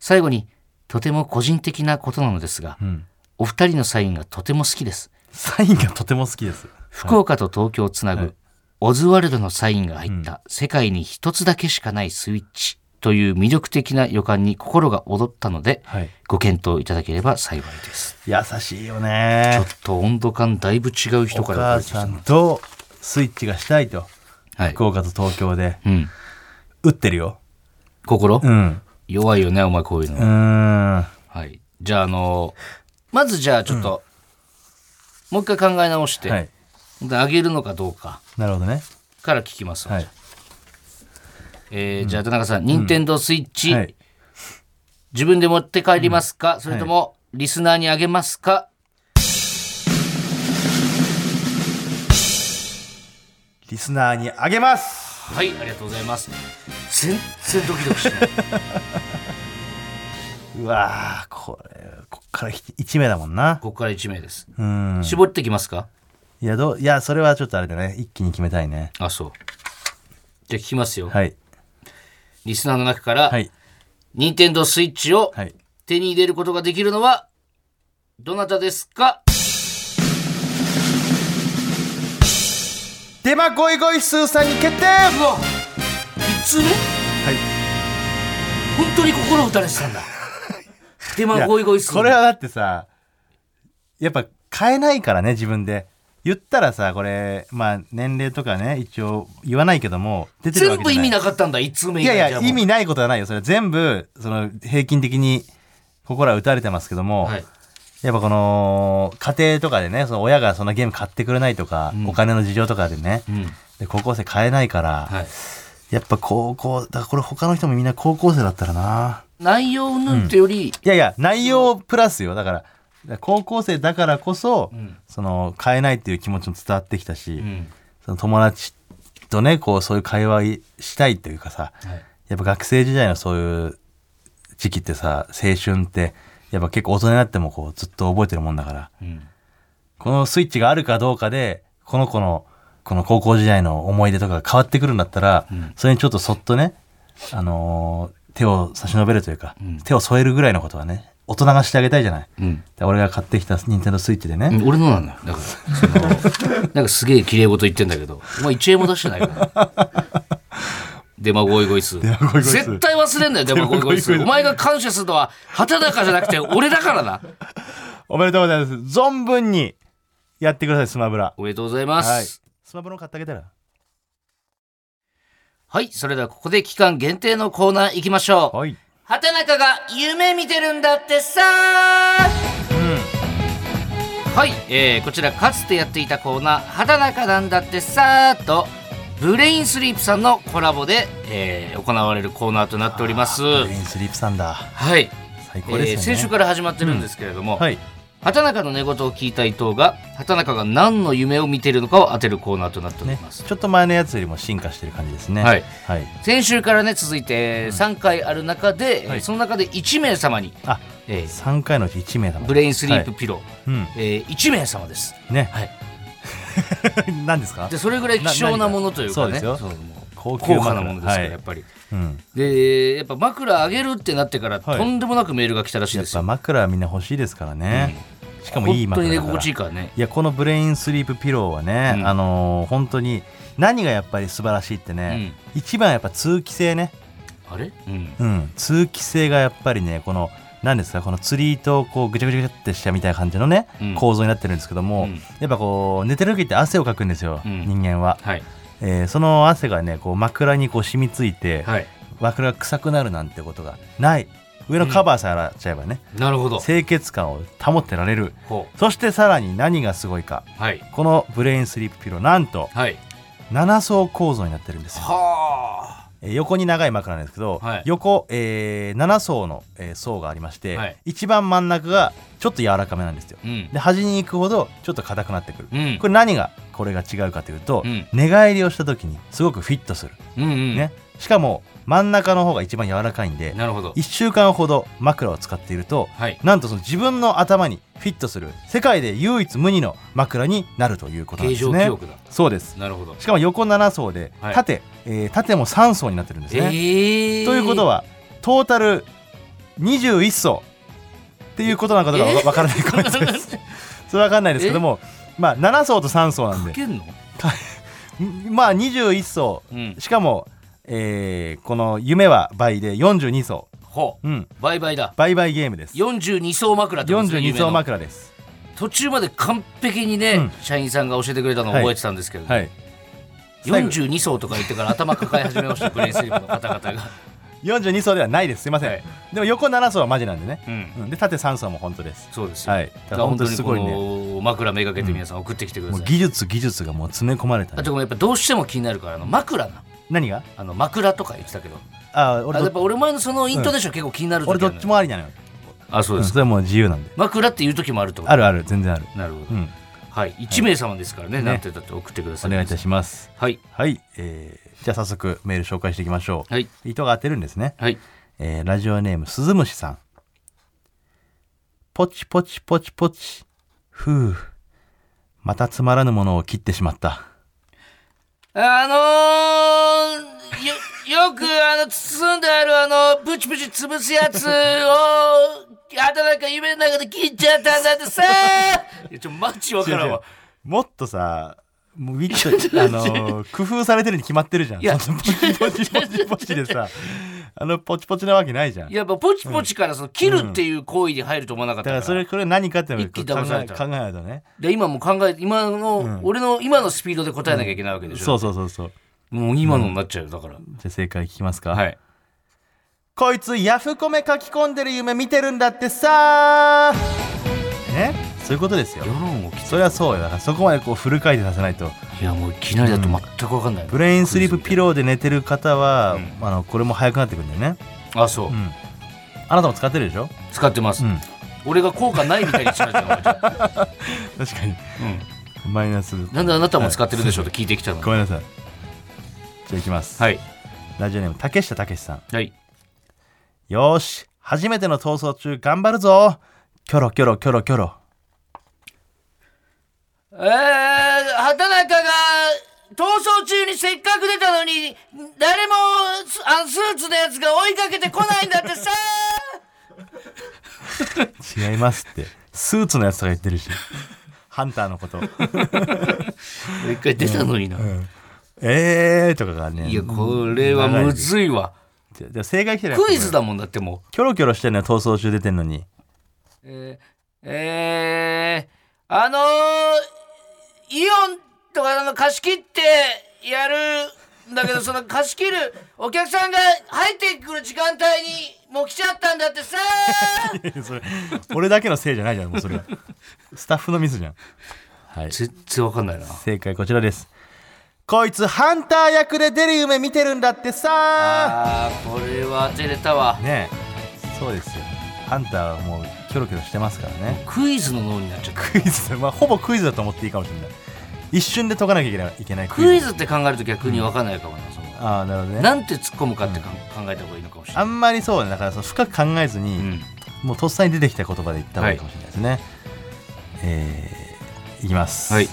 [SPEAKER 2] 最後にとても個人的なことなのですが、お二人のサインがとても好きです。
[SPEAKER 3] サインがとても好きです。
[SPEAKER 2] 福岡と東京をつなぐ、
[SPEAKER 3] はい
[SPEAKER 2] オズワルドのサインが入った世界に一つだけしかないスイッチという魅力的な予感に心が躍ったので、
[SPEAKER 3] はい。
[SPEAKER 2] ご検討いただければ幸いです。
[SPEAKER 3] 優しいよね
[SPEAKER 2] ちょっ。と温度感だいぶ違う人
[SPEAKER 3] お
[SPEAKER 2] から
[SPEAKER 3] 母
[SPEAKER 2] 送ら
[SPEAKER 3] さ
[SPEAKER 2] れて
[SPEAKER 3] んとスイッチがしたいと。
[SPEAKER 2] きたはい
[SPEAKER 3] 福。岡と東京で。
[SPEAKER 2] うん。
[SPEAKER 3] 打ってるよ。
[SPEAKER 2] 心、
[SPEAKER 3] うん。
[SPEAKER 2] 弱いよね、お前こういう
[SPEAKER 3] う
[SPEAKER 2] の。
[SPEAKER 3] ーん。
[SPEAKER 2] はい。じゃあ、あのまずじゃあちょっと、もう一回考え直して、
[SPEAKER 3] はい。
[SPEAKER 2] であげるのかどうか
[SPEAKER 3] なるほどね。
[SPEAKER 2] から聞きますわ。
[SPEAKER 3] はい。
[SPEAKER 2] えーじゃあ田中さん、任天堂スイッチ、
[SPEAKER 3] はい。
[SPEAKER 2] 自分で持って帰りますか、それともリスナーにあげますか、
[SPEAKER 3] リスナーにあげます
[SPEAKER 2] はい、ありがとうございます。全然ドキドキ
[SPEAKER 3] (laughs)
[SPEAKER 2] しない。
[SPEAKER 3] うわー、これ、こっから1名だもんな。
[SPEAKER 2] ここから1名です。
[SPEAKER 3] うん。
[SPEAKER 2] 絞ってきますか
[SPEAKER 3] いや、どう、いや、それはちょっとあれだね。一気に決めたいね。
[SPEAKER 2] あ、そう。じゃあ聞きますよ。
[SPEAKER 3] はい。
[SPEAKER 2] リスナーの中から、
[SPEAKER 3] はい。
[SPEAKER 2] 任天堂スイッチを
[SPEAKER 3] はい。
[SPEAKER 2] 手に入れることができるのは、どなたですか
[SPEAKER 3] デマゴイゴイスーさんに決定
[SPEAKER 2] うわ一通目はい。本当に心打たれてた
[SPEAKER 3] (laughs)
[SPEAKER 2] んだ。デ
[SPEAKER 3] い
[SPEAKER 2] マ
[SPEAKER 3] や
[SPEAKER 2] ゴイゴイスー
[SPEAKER 3] これはだってさやっぱ変えないからね自分で言ったらさこれまあ年齢とかね一応言わないけども出てるわ
[SPEAKER 2] 全
[SPEAKER 3] け
[SPEAKER 2] 部
[SPEAKER 3] じ
[SPEAKER 2] 意
[SPEAKER 3] ゃない
[SPEAKER 2] 味なかったんだ、一通目以
[SPEAKER 3] い
[SPEAKER 2] 外
[SPEAKER 3] やい
[SPEAKER 2] じゃ
[SPEAKER 3] や
[SPEAKER 2] あもう
[SPEAKER 3] 意味ないことはないよそれは全部その平均的に心は打たれてますけども、
[SPEAKER 2] はい。
[SPEAKER 3] やっぱこの家庭とかでねその親がそんなゲーム買ってくれないとか、
[SPEAKER 2] うん
[SPEAKER 3] お金の事情とかでね、
[SPEAKER 2] うん。
[SPEAKER 3] で高校生買えないから、
[SPEAKER 2] はい。
[SPEAKER 3] やっぱ高校だからこれ他の人もみんな高校生だったらな
[SPEAKER 2] 内容云々ってより、
[SPEAKER 3] いやいや、内容プラスよ。だから、高校生だからこそ、
[SPEAKER 2] ん
[SPEAKER 3] その、変えないっていう気持ちも伝わってきたし、
[SPEAKER 2] うん
[SPEAKER 3] その友達とね、こう、そういう会話いしたいというかさ、
[SPEAKER 2] はい
[SPEAKER 3] やっぱ学生時代のそういう時期ってさ、青春って、やっぱ結構大人になってもこう、ずっと覚えてるもんだから、
[SPEAKER 2] うん
[SPEAKER 3] このスイッチがあるかどうかで、この子の、この高校時代の思い出とかが変わってくるんだったら、
[SPEAKER 2] ん
[SPEAKER 3] それにちょっとそっとね、あのー手を差し伸べるというか、
[SPEAKER 2] うん
[SPEAKER 3] 手を添えるぐらいのことはね、大人がしてあげたいじゃない。
[SPEAKER 2] うん
[SPEAKER 3] で俺が買ってきた任天堂スイッチでね、
[SPEAKER 2] 俺のなんだよだからそのなんかすげえ綺麗事言ってんだけどお前1円も出してないからデマゴイゴイス
[SPEAKER 3] マゴイゴイス
[SPEAKER 2] 絶対忘れんだよデマゴイゴイス
[SPEAKER 3] デマゴ
[SPEAKER 2] お前
[SPEAKER 3] イゴイス
[SPEAKER 2] が感謝するのは畑中じゃなくて俺だからな
[SPEAKER 3] おめでとうございます。存分にやってください、スマブラ。
[SPEAKER 2] おめでとうございます
[SPEAKER 3] はい。スマブラを買ってあげたら。
[SPEAKER 2] はい、それではここで期間限定のコーナー行きましょう
[SPEAKER 3] はい。
[SPEAKER 2] 畑中が夢見てるんだってさはい、えーこちらかつてやっていたコーナー「畑中なんだってさー」とブレインスリープさんのコラボで、えー行われるコーナーとなっております
[SPEAKER 3] ブ
[SPEAKER 2] は
[SPEAKER 3] レインスリープさんだ。
[SPEAKER 2] い、
[SPEAKER 3] 最
[SPEAKER 2] え
[SPEAKER 3] 高です
[SPEAKER 2] ー
[SPEAKER 3] よね。
[SPEAKER 2] 先週から始まってるんですけれども、
[SPEAKER 3] はい。
[SPEAKER 2] 畑中の寝言を聞いた伊藤が畑中が何の夢を見てるのかを当てるコーナーとなっており
[SPEAKER 3] ね
[SPEAKER 2] ます、、
[SPEAKER 3] ちょっと前のやつよりも進化してる感じですね。
[SPEAKER 2] はい
[SPEAKER 3] はい。
[SPEAKER 2] 先週からね続いて3回ある中で、
[SPEAKER 3] はい
[SPEAKER 2] えーその中で1名様に、
[SPEAKER 3] あ、
[SPEAKER 2] えー
[SPEAKER 3] 3回のうち1名様。
[SPEAKER 2] ブレインスリープ
[SPEAKER 3] はい
[SPEAKER 2] ピロー、
[SPEAKER 3] うん。
[SPEAKER 2] えー、1名様です。
[SPEAKER 3] ね。
[SPEAKER 2] はい、
[SPEAKER 3] (laughs) 何ですか
[SPEAKER 2] でそれぐらい希少なものというかね
[SPEAKER 3] な何がそう
[SPEAKER 2] そ
[SPEAKER 3] ですよ
[SPEAKER 2] うもう
[SPEAKER 3] 高級
[SPEAKER 2] 高価なものですから、
[SPEAKER 3] はい
[SPEAKER 2] やっぱり
[SPEAKER 3] うん。
[SPEAKER 2] でやっぱ枕あげるってなってから、
[SPEAKER 3] はい
[SPEAKER 2] とんでもなくメールが来たらしい
[SPEAKER 3] や
[SPEAKER 2] で
[SPEAKER 3] っ
[SPEAKER 2] す
[SPEAKER 3] ぱ
[SPEAKER 2] よ
[SPEAKER 3] 枕はみんな欲しいですからね。しかもいい
[SPEAKER 2] 本当
[SPEAKER 3] 枕
[SPEAKER 2] に
[SPEAKER 3] だか
[SPEAKER 2] 寝
[SPEAKER 3] ら。
[SPEAKER 2] 心地いいからね
[SPEAKER 3] いやこのブレインスリープピローはね、
[SPEAKER 2] うん
[SPEAKER 3] あのー本当に何がやっぱり素晴らしいってね、一番やっぱ通気性ね、
[SPEAKER 2] あれ、うん、
[SPEAKER 3] うん、通気性がやっぱりねこの何ですかこの釣り糸をこうぐちゃぐちゃぐちゃってしたみたいな感じのね、
[SPEAKER 2] うん
[SPEAKER 3] 構造になってるんですけども、
[SPEAKER 2] うん
[SPEAKER 3] やっぱこう寝てる時って汗をかくんですよ、
[SPEAKER 2] うん
[SPEAKER 3] 人間は、
[SPEAKER 2] はい
[SPEAKER 3] えーその汗がねこう枕にこう染みついて、
[SPEAKER 2] はい
[SPEAKER 3] 枕が臭くなるなんてことがない上のカバーさえ洗っちゃえばね、
[SPEAKER 2] なるほど
[SPEAKER 3] 清潔感を保ってられる
[SPEAKER 2] こ
[SPEAKER 3] そしてさらに何がすごいか
[SPEAKER 2] うはい
[SPEAKER 3] このブレインスリープピローなんと
[SPEAKER 2] はい
[SPEAKER 3] 7層構造になってるんですよ、
[SPEAKER 2] はあ
[SPEAKER 3] えー横に長い枕なんですけど、
[SPEAKER 2] はい
[SPEAKER 3] 横、え7層の、えー層がありまして、
[SPEAKER 2] はい
[SPEAKER 3] 一番真ん中がちょっと柔らかめなんですよ
[SPEAKER 2] うん
[SPEAKER 3] で端に行くほどちょっと硬くなってくる、
[SPEAKER 2] うん
[SPEAKER 3] これ何がこれが違うかというと、
[SPEAKER 2] うん
[SPEAKER 3] 寝返りをした時にすごくフィットする、
[SPEAKER 2] うんうん
[SPEAKER 3] ね、しかも真ん中の方が一番柔らかいんで
[SPEAKER 2] なるほど
[SPEAKER 3] 1週間ほど枕を使っていると
[SPEAKER 2] はい
[SPEAKER 3] なんとその自分の頭にフィットする世界で唯一無二の枕になるということなん
[SPEAKER 2] 形
[SPEAKER 3] です
[SPEAKER 2] 状
[SPEAKER 3] ね
[SPEAKER 2] 記憶だ
[SPEAKER 3] そうです
[SPEAKER 2] なるほど
[SPEAKER 3] しかも横7層で
[SPEAKER 2] はい
[SPEAKER 3] 縦、えー縦も3層になってるんですね、
[SPEAKER 2] ええー、
[SPEAKER 3] ということはトータル21層っていうことなのかどうかわわからないコメントです。 (laughs) それはわかんないですけども、まあ7層と3層なん
[SPEAKER 2] か
[SPEAKER 3] で、
[SPEAKER 2] けんの
[SPEAKER 3] んまあ21層、
[SPEAKER 2] うん
[SPEAKER 3] しかも、えーこの夢は倍で42層、
[SPEAKER 2] ほう
[SPEAKER 3] うん、
[SPEAKER 2] 倍々だ
[SPEAKER 3] 倍々ゲームです。
[SPEAKER 2] 42層枕ってことですね
[SPEAKER 3] 42
[SPEAKER 2] 夢の
[SPEAKER 3] 層枕です。
[SPEAKER 2] 途中まで完璧にね、
[SPEAKER 3] うん
[SPEAKER 2] 社員さんが教えてくれたのを覚えてたんですけど、
[SPEAKER 3] はい。最後
[SPEAKER 2] 42層とか言ってから頭抱え始めま
[SPEAKER 3] (laughs)
[SPEAKER 2] したブレインスリープの方々が、
[SPEAKER 3] 42層ではないです。すいません。
[SPEAKER 2] はい
[SPEAKER 3] でも横7層はマジなんでね。
[SPEAKER 2] うん、
[SPEAKER 3] うん、で縦3層も本当です。
[SPEAKER 2] そうですよ、
[SPEAKER 3] はい。だ
[SPEAKER 2] だ
[SPEAKER 3] か
[SPEAKER 2] から
[SPEAKER 3] ら
[SPEAKER 2] 本
[SPEAKER 3] 本
[SPEAKER 2] 当
[SPEAKER 3] 当
[SPEAKER 2] に
[SPEAKER 3] にす
[SPEAKER 2] こ
[SPEAKER 3] ごいね。
[SPEAKER 2] の枕めがけて皆さん送ってきてくだ
[SPEAKER 3] も
[SPEAKER 2] さ
[SPEAKER 3] う
[SPEAKER 2] い、
[SPEAKER 3] 技術技術がもう詰め込まれたね、
[SPEAKER 2] あとこれやっぱどうしても気になるからあの枕な
[SPEAKER 3] 何が？
[SPEAKER 2] あの枕とか言ってたけどあ
[SPEAKER 3] あ、俺
[SPEAKER 2] や
[SPEAKER 3] ど
[SPEAKER 2] っぱ俺前のそのイントネーション結構気になる時あ
[SPEAKER 3] 俺
[SPEAKER 2] るの
[SPEAKER 3] ど
[SPEAKER 2] よ
[SPEAKER 3] っちもありなのよ。
[SPEAKER 2] あそう
[SPEAKER 3] うん、
[SPEAKER 2] です
[SPEAKER 3] それはもう自由なんで。
[SPEAKER 2] 枕っていう時もあるってこと
[SPEAKER 3] あるある全然ある。
[SPEAKER 2] なるほど、
[SPEAKER 3] うん。
[SPEAKER 2] はい1名様ですからね、
[SPEAKER 3] ね
[SPEAKER 2] なんて言ったって送ってくださ
[SPEAKER 3] お
[SPEAKER 2] い
[SPEAKER 3] 願いいたします。
[SPEAKER 2] はい
[SPEAKER 3] はい、えーじゃあ早速メール紹介していきましょう。
[SPEAKER 2] はい
[SPEAKER 3] 糸が当てるんですね。
[SPEAKER 2] はい
[SPEAKER 3] えーラジオネームスズムシさん。ポチポチポチポチ。ふう。またつまらぬものを切ってしまった。
[SPEAKER 2] あのー、よ、よくあの、包んであるあの、プチプチ潰すやつを、あたなんか夢の中で切っちゃったんだってさいやちょ、マジわからんわ。
[SPEAKER 3] もっとさ、もうウィ
[SPEAKER 2] (laughs)
[SPEAKER 3] ット、あのー工夫されてるに決まってるじゃん。
[SPEAKER 2] いや
[SPEAKER 3] そのポチポチポチポチでさ、あのポチポチなわけないじゃん。
[SPEAKER 2] いややっぱポチポチからその、切るっていう行為に入ると思わなかっ
[SPEAKER 3] だか
[SPEAKER 2] た
[SPEAKER 3] ら
[SPEAKER 2] か
[SPEAKER 3] そ
[SPEAKER 2] ら。
[SPEAKER 3] れ、これ何かっていうのを
[SPEAKER 2] 一気に
[SPEAKER 3] 考
[SPEAKER 2] 騙され
[SPEAKER 3] え
[SPEAKER 2] た
[SPEAKER 3] 考えないとね。
[SPEAKER 2] で、今も考え、今の、俺の今のスピードで答えなきゃいけないわけでしょ。
[SPEAKER 3] そうそうそうそう。
[SPEAKER 2] もう今のになっちゃうよ、だから。
[SPEAKER 3] じゃあ正解聞きますか。
[SPEAKER 2] はい。
[SPEAKER 3] こいつヤフコメ書き込んでる夢見てるんだってさねそういうことですよ
[SPEAKER 2] 世論を切
[SPEAKER 3] そりゃそうよだからそこまでこうフル回転させないと
[SPEAKER 2] いや、もういきなりだと全くわかんない。
[SPEAKER 3] ブレインスリープピローで寝てる方は、
[SPEAKER 2] う
[SPEAKER 3] あのこれも早くなってくるんだよね
[SPEAKER 2] あ、そう
[SPEAKER 3] う。んあなたも使ってるでしょ
[SPEAKER 2] 使ってます。
[SPEAKER 3] うん
[SPEAKER 2] 俺が効果ないみたいにしかじゃんお前じゃあ。
[SPEAKER 3] 確かに
[SPEAKER 2] うん。
[SPEAKER 3] マイナス
[SPEAKER 2] なんであなたも使ってるでしょうと聞いてきたの。
[SPEAKER 3] ごめんなさいじゃあいきます、
[SPEAKER 2] はい。
[SPEAKER 3] ラジオネーム竹下武さん
[SPEAKER 2] はい。
[SPEAKER 3] よーし初めての逃走中頑張るぞキョロキョロキョロキョロ
[SPEAKER 2] えー、畑中が逃走中にせっかく出たのに、誰もスあスーツのやつが追いかけてこないんだって (laughs) さ
[SPEAKER 3] 違いますってスーツのやつとか言ってるしハンター
[SPEAKER 2] (laughs)
[SPEAKER 3] のこと
[SPEAKER 2] 一回出たのにな。
[SPEAKER 3] えーとかがね
[SPEAKER 2] いや、これはむずいわ。
[SPEAKER 3] じゃじゃあ正解来てない
[SPEAKER 2] クイズだもんだっても
[SPEAKER 3] キョロキョロしてんのよ逃走中出てんのに
[SPEAKER 2] う。えー、えー、あのーイオンとかあの貸し切ってやるんだけど、そ (laughs) の貸し切るお客さんが入ってくる時間帯にもう来ちゃったんだってさ
[SPEAKER 3] (laughs) 俺だけのせいじゃないじゃんもうそれはスタッフのミスじゃんはい
[SPEAKER 2] 全然わかんないな。
[SPEAKER 3] 正解こちらですこいつハンター役で出る夢見てるんだってさ
[SPEAKER 2] あーこれは当てれたわ
[SPEAKER 3] ねえそうですよハンターはもうキョロキョロしてますからね
[SPEAKER 2] クイズの脳になっちゃった
[SPEAKER 3] クイズまあほぼクイズだと思っていいかもしれない一瞬で解かなきゃいけないいけない
[SPEAKER 2] クイズって考えると逆に分かんないかもなその、
[SPEAKER 3] ああなるほどね
[SPEAKER 2] なんて突っ込むかってかん考えた方がいいのかもしれな
[SPEAKER 3] あ
[SPEAKER 2] い、
[SPEAKER 3] んまりそうねだからその深く考えずに、
[SPEAKER 2] うん
[SPEAKER 3] もうとっさに出てきた言葉で言った方がいいかもしれないですね、えーいきます、
[SPEAKER 2] はい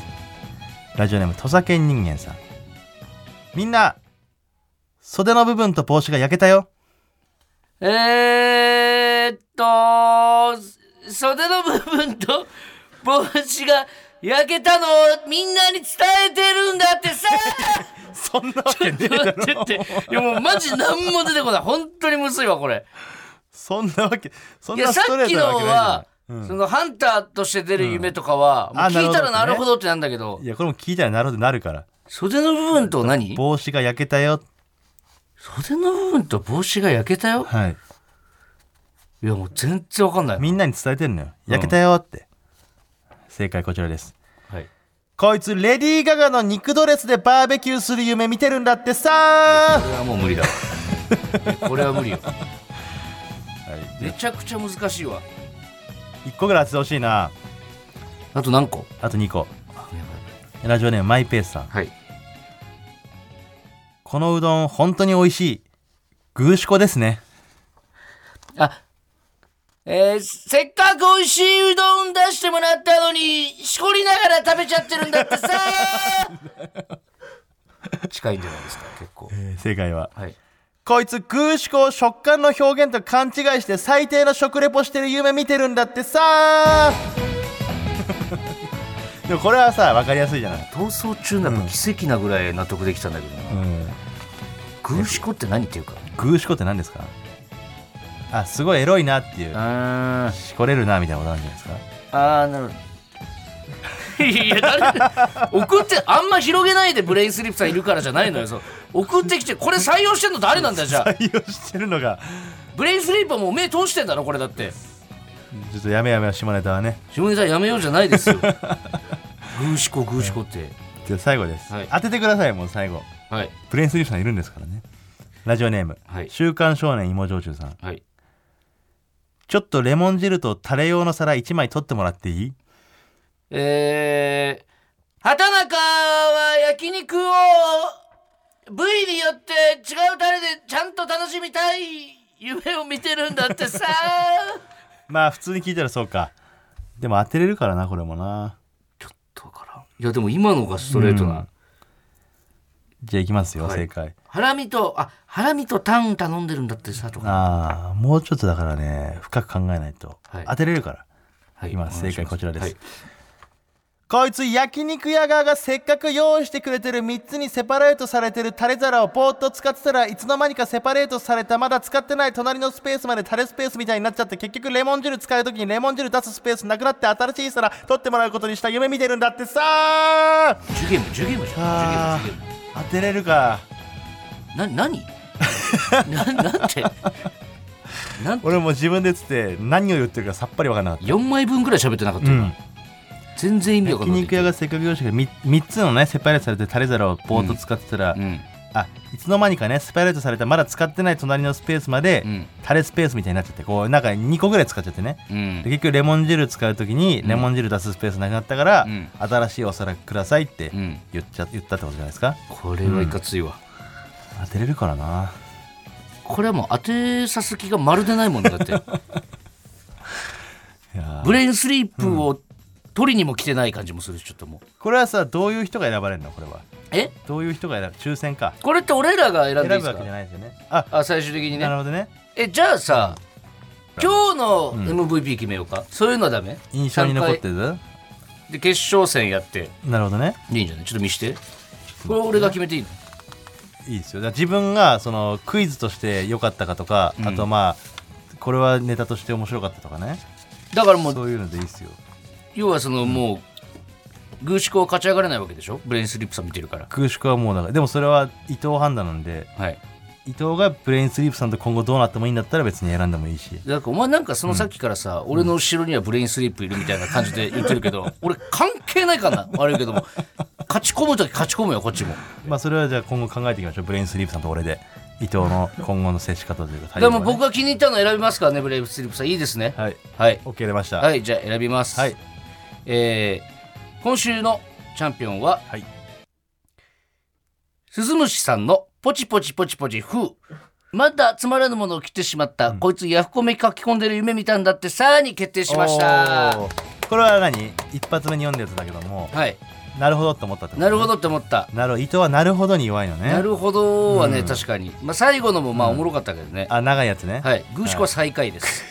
[SPEAKER 3] ラジオネーム土佐犬人間さんみんな袖の部分と帽子が焼けたよ
[SPEAKER 2] えー、っと袖の部分と (laughs) 帽子が焼けたのをみんなに伝えてるんだって
[SPEAKER 3] (laughs)
[SPEAKER 2] さ
[SPEAKER 3] そんなわけねえだ
[SPEAKER 2] ちょっ
[SPEAKER 3] ろ
[SPEAKER 2] と待っていやもうマジ何も出てこない本当にむずいわこれ
[SPEAKER 3] (laughs) そんなわけそん
[SPEAKER 2] いや
[SPEAKER 3] な
[SPEAKER 2] さ
[SPEAKER 3] ストレ
[SPEAKER 2] っ
[SPEAKER 3] ー
[SPEAKER 2] き
[SPEAKER 3] ト
[SPEAKER 2] の
[SPEAKER 3] なわけないじ
[SPEAKER 2] は
[SPEAKER 3] ゃ、ない、うん
[SPEAKER 2] そのハンターとして出る夢とかは、
[SPEAKER 3] うん
[SPEAKER 2] もう聞いたら
[SPEAKER 3] あな
[SPEAKER 2] な
[SPEAKER 3] る
[SPEAKER 2] る
[SPEAKER 3] ほ
[SPEAKER 2] ほ
[SPEAKER 3] ど
[SPEAKER 2] どってなんだけど
[SPEAKER 3] いやこれも聞いたらなるほどなるから
[SPEAKER 2] 袖の部分と何
[SPEAKER 3] 帽子が焼けたよ
[SPEAKER 2] 袖の部分と帽子が焼けたよ
[SPEAKER 3] はい
[SPEAKER 2] いやもう全然わかんない、
[SPEAKER 3] みんなに伝えてんのよ
[SPEAKER 2] うん
[SPEAKER 3] 焼けたよって、正解こちらです
[SPEAKER 2] はい、
[SPEAKER 3] こいつレディー・ガガの肉ドレスでバーベキューする夢見てるんだっ
[SPEAKER 2] こ
[SPEAKER 3] てさ
[SPEAKER 2] れはもう無理だ
[SPEAKER 3] (laughs)
[SPEAKER 2] わこれは無理よ
[SPEAKER 3] は
[SPEAKER 2] めちゃくちゃ難しいわ
[SPEAKER 3] い、1個ぐらい当ててほしいな
[SPEAKER 2] あと何個
[SPEAKER 3] あと2個ラジオネームマイペースさん
[SPEAKER 2] はい
[SPEAKER 3] このうどん本当に美味しいグーシコですね
[SPEAKER 2] あえー、せっかく美味しいうどん出してもらったのにしこりながら食べちゃってるんだって
[SPEAKER 5] (laughs)
[SPEAKER 2] さ近いんじゃないですか結構
[SPEAKER 3] 正解は
[SPEAKER 2] はい
[SPEAKER 3] こいつ空思考食感の表現と勘違いして最低の食レポしてる夢見てるんだって (laughs) さでもこれはさ分かりやすいじゃない、
[SPEAKER 5] 逃走中なんか奇跡なぐらい納得できたんだけどな、
[SPEAKER 3] うん、
[SPEAKER 5] グーシコって何っていうか
[SPEAKER 3] グーシコって何ですかあすごいエロいなっていう
[SPEAKER 5] あー
[SPEAKER 3] しこれるなみたいなことなんじゃないですか
[SPEAKER 5] あーなるほどいや誰送ってあんま広げないでブレインスリープさんいるからじゃないのよそう送ってきてこれ採用してんの誰なんだよじゃあ
[SPEAKER 3] 採用してるのが
[SPEAKER 5] ブレインスリープはもう目通してんだろこれだって
[SPEAKER 3] ちょっとやめやめ下ネタはね
[SPEAKER 5] 下ネタやめようじゃないです (laughs) よグーシコグーシコって
[SPEAKER 3] じゃあ最後です、
[SPEAKER 5] はい
[SPEAKER 3] 当ててくださいもう最後
[SPEAKER 5] はい
[SPEAKER 3] プレインスリープさんいるんですからねラジオネーム、
[SPEAKER 5] はい
[SPEAKER 3] 週刊少年芋焼酎さん
[SPEAKER 5] はい
[SPEAKER 3] ちょっとレモン汁とタレ用の皿1枚取ってもらっていい
[SPEAKER 5] えー、畑中は焼肉を部位によって違うタレでちゃんと楽しみたい夢を見てるんだってさ
[SPEAKER 3] まあ普通に聞いたらそうかでも当てれるからなこれもな
[SPEAKER 5] だから (laughs) いやでも今のがストレートな、
[SPEAKER 3] うんじゃあいきますよ、
[SPEAKER 5] はい
[SPEAKER 3] 正解
[SPEAKER 5] ハラミとあハラミとタン頼んでるんだってさとか
[SPEAKER 3] ああもうちょっとだからね深く考えないと、
[SPEAKER 5] はい
[SPEAKER 3] 当てれるから
[SPEAKER 5] はい
[SPEAKER 3] 今
[SPEAKER 5] お願いします
[SPEAKER 3] 正解こちらです
[SPEAKER 5] はい
[SPEAKER 3] こいつ焼肉屋側がせっかく用意してくれてる3つにセパレートされてるタレ皿をポーっと使ってたらいつの間にかセパレートされたまだ使ってない隣のスペースまでタレスペースみたいになっちゃって結局レモン汁使う時にレモン汁出すスペースなくなって新しい皿取ってもらうことにした夢見てるんだってさ
[SPEAKER 5] ジュゲームジュゲームじゃ
[SPEAKER 3] あ
[SPEAKER 5] んジュゲームジュゲーム
[SPEAKER 3] 当てれるか
[SPEAKER 5] な何 (laughs) ななんてなん
[SPEAKER 3] 俺もう自分でつって何を言ってるかさっぱり分からなかっ
[SPEAKER 5] 4枚分ぐらい喋ってなかった
[SPEAKER 3] た、
[SPEAKER 5] よな、全然意味わか
[SPEAKER 3] 焼
[SPEAKER 5] んない
[SPEAKER 3] 肉屋がせっかく用意してくれ 3, つのねセパレートされてるタレ皿をポーっと使ってたら、
[SPEAKER 5] うん
[SPEAKER 3] あいつの間にかねセパレートされたまだ使ってない隣のスペースまで、
[SPEAKER 5] うん
[SPEAKER 3] タレスペースみたいになっちゃってこうなんか2個ぐらい使っちゃってね
[SPEAKER 5] うん
[SPEAKER 3] で結局レモン汁使う時にレモン汁出すスペースなくなったから、
[SPEAKER 5] うん
[SPEAKER 3] 新しいお皿くださいって
[SPEAKER 5] うん
[SPEAKER 3] 言っちゃ言ったってことじゃないですか
[SPEAKER 5] これはいかついわ、
[SPEAKER 3] 当てれるからな
[SPEAKER 5] これはもう当てさす気がまるでないもんだって
[SPEAKER 3] (laughs) いやー
[SPEAKER 5] ブレインスリープを取りにも来てない感じもするしちょっともう
[SPEAKER 3] これはさどういう人が選ばれるのこれは
[SPEAKER 5] え
[SPEAKER 3] どういう人が選ぶ抽選か
[SPEAKER 5] これって俺らが選ん
[SPEAKER 3] 選
[SPEAKER 5] でい
[SPEAKER 3] ぶ
[SPEAKER 5] いです
[SPEAKER 3] わけじゃ
[SPEAKER 5] か
[SPEAKER 3] ないですよねあ
[SPEAKER 5] あ最終的に
[SPEAKER 3] なる
[SPEAKER 5] ね
[SPEAKER 3] ほどね
[SPEAKER 5] えじゃあさ今日の MVP 決めようか、そういうのはダメ
[SPEAKER 3] 印象に残って
[SPEAKER 5] 三
[SPEAKER 3] る
[SPEAKER 5] 回で決勝戦やって
[SPEAKER 3] なるほどね
[SPEAKER 5] いいんじゃないちょっと見してこれ俺が決めていいの
[SPEAKER 3] いいですよだから自分がそのクイズとして良かったかとか、あとまあこれはネタとして面白かったとかね
[SPEAKER 5] だからもう
[SPEAKER 3] そういうのでいいですよ
[SPEAKER 5] 要はそのもう偶思考勝ち上がれないわけでしょブレインスリープさん見てるから
[SPEAKER 3] 空縮はもうだからでもそれは伊藤判断なんで
[SPEAKER 5] はい
[SPEAKER 3] 伊藤がブレインスリープさんと今後どうなってもいいんだったら別に選んでもいいし
[SPEAKER 5] だからお前なんかそのさっきからさ、俺の後ろにはブレインスリープいるみたいな感じで言ってるけど俺関係ないからな悪いけども勝ち込む時勝ち込むよこっちも
[SPEAKER 3] まあそれはじゃあ今後考えていきましょうブレインスリープさんと俺で伊藤の今後の接し方というか
[SPEAKER 5] だ
[SPEAKER 3] 対
[SPEAKER 5] か
[SPEAKER 3] 応
[SPEAKER 5] らもう
[SPEAKER 3] ね
[SPEAKER 5] 僕が気に入ったの選びますからねブレインスリープさんいいですね
[SPEAKER 3] はい
[SPEAKER 5] はい、
[SPEAKER 3] OK 出ました、
[SPEAKER 5] はいい、じゃあ選びます、
[SPEAKER 3] はい
[SPEAKER 5] えー今週のチャンピオンは、
[SPEAKER 3] はい
[SPEAKER 5] 鈴虫さんの「ポチポチポチポチ風」まだつまらぬものを切ってしまった、こいつヤフコメ書き込んでる夢見たんだってさーに決定しました
[SPEAKER 3] おーこれは何一発目に読んだやつだけども
[SPEAKER 5] はい
[SPEAKER 3] なるほどって思ったってこと
[SPEAKER 5] なるほどって思った、
[SPEAKER 3] なるほど伊藤はなるほどに弱いのね
[SPEAKER 5] なるほどはね、
[SPEAKER 3] うん
[SPEAKER 5] 確かに、まあ、最後のもまあおもろかったけどね、
[SPEAKER 3] あ長いやつね
[SPEAKER 5] はい宮司は最下位です、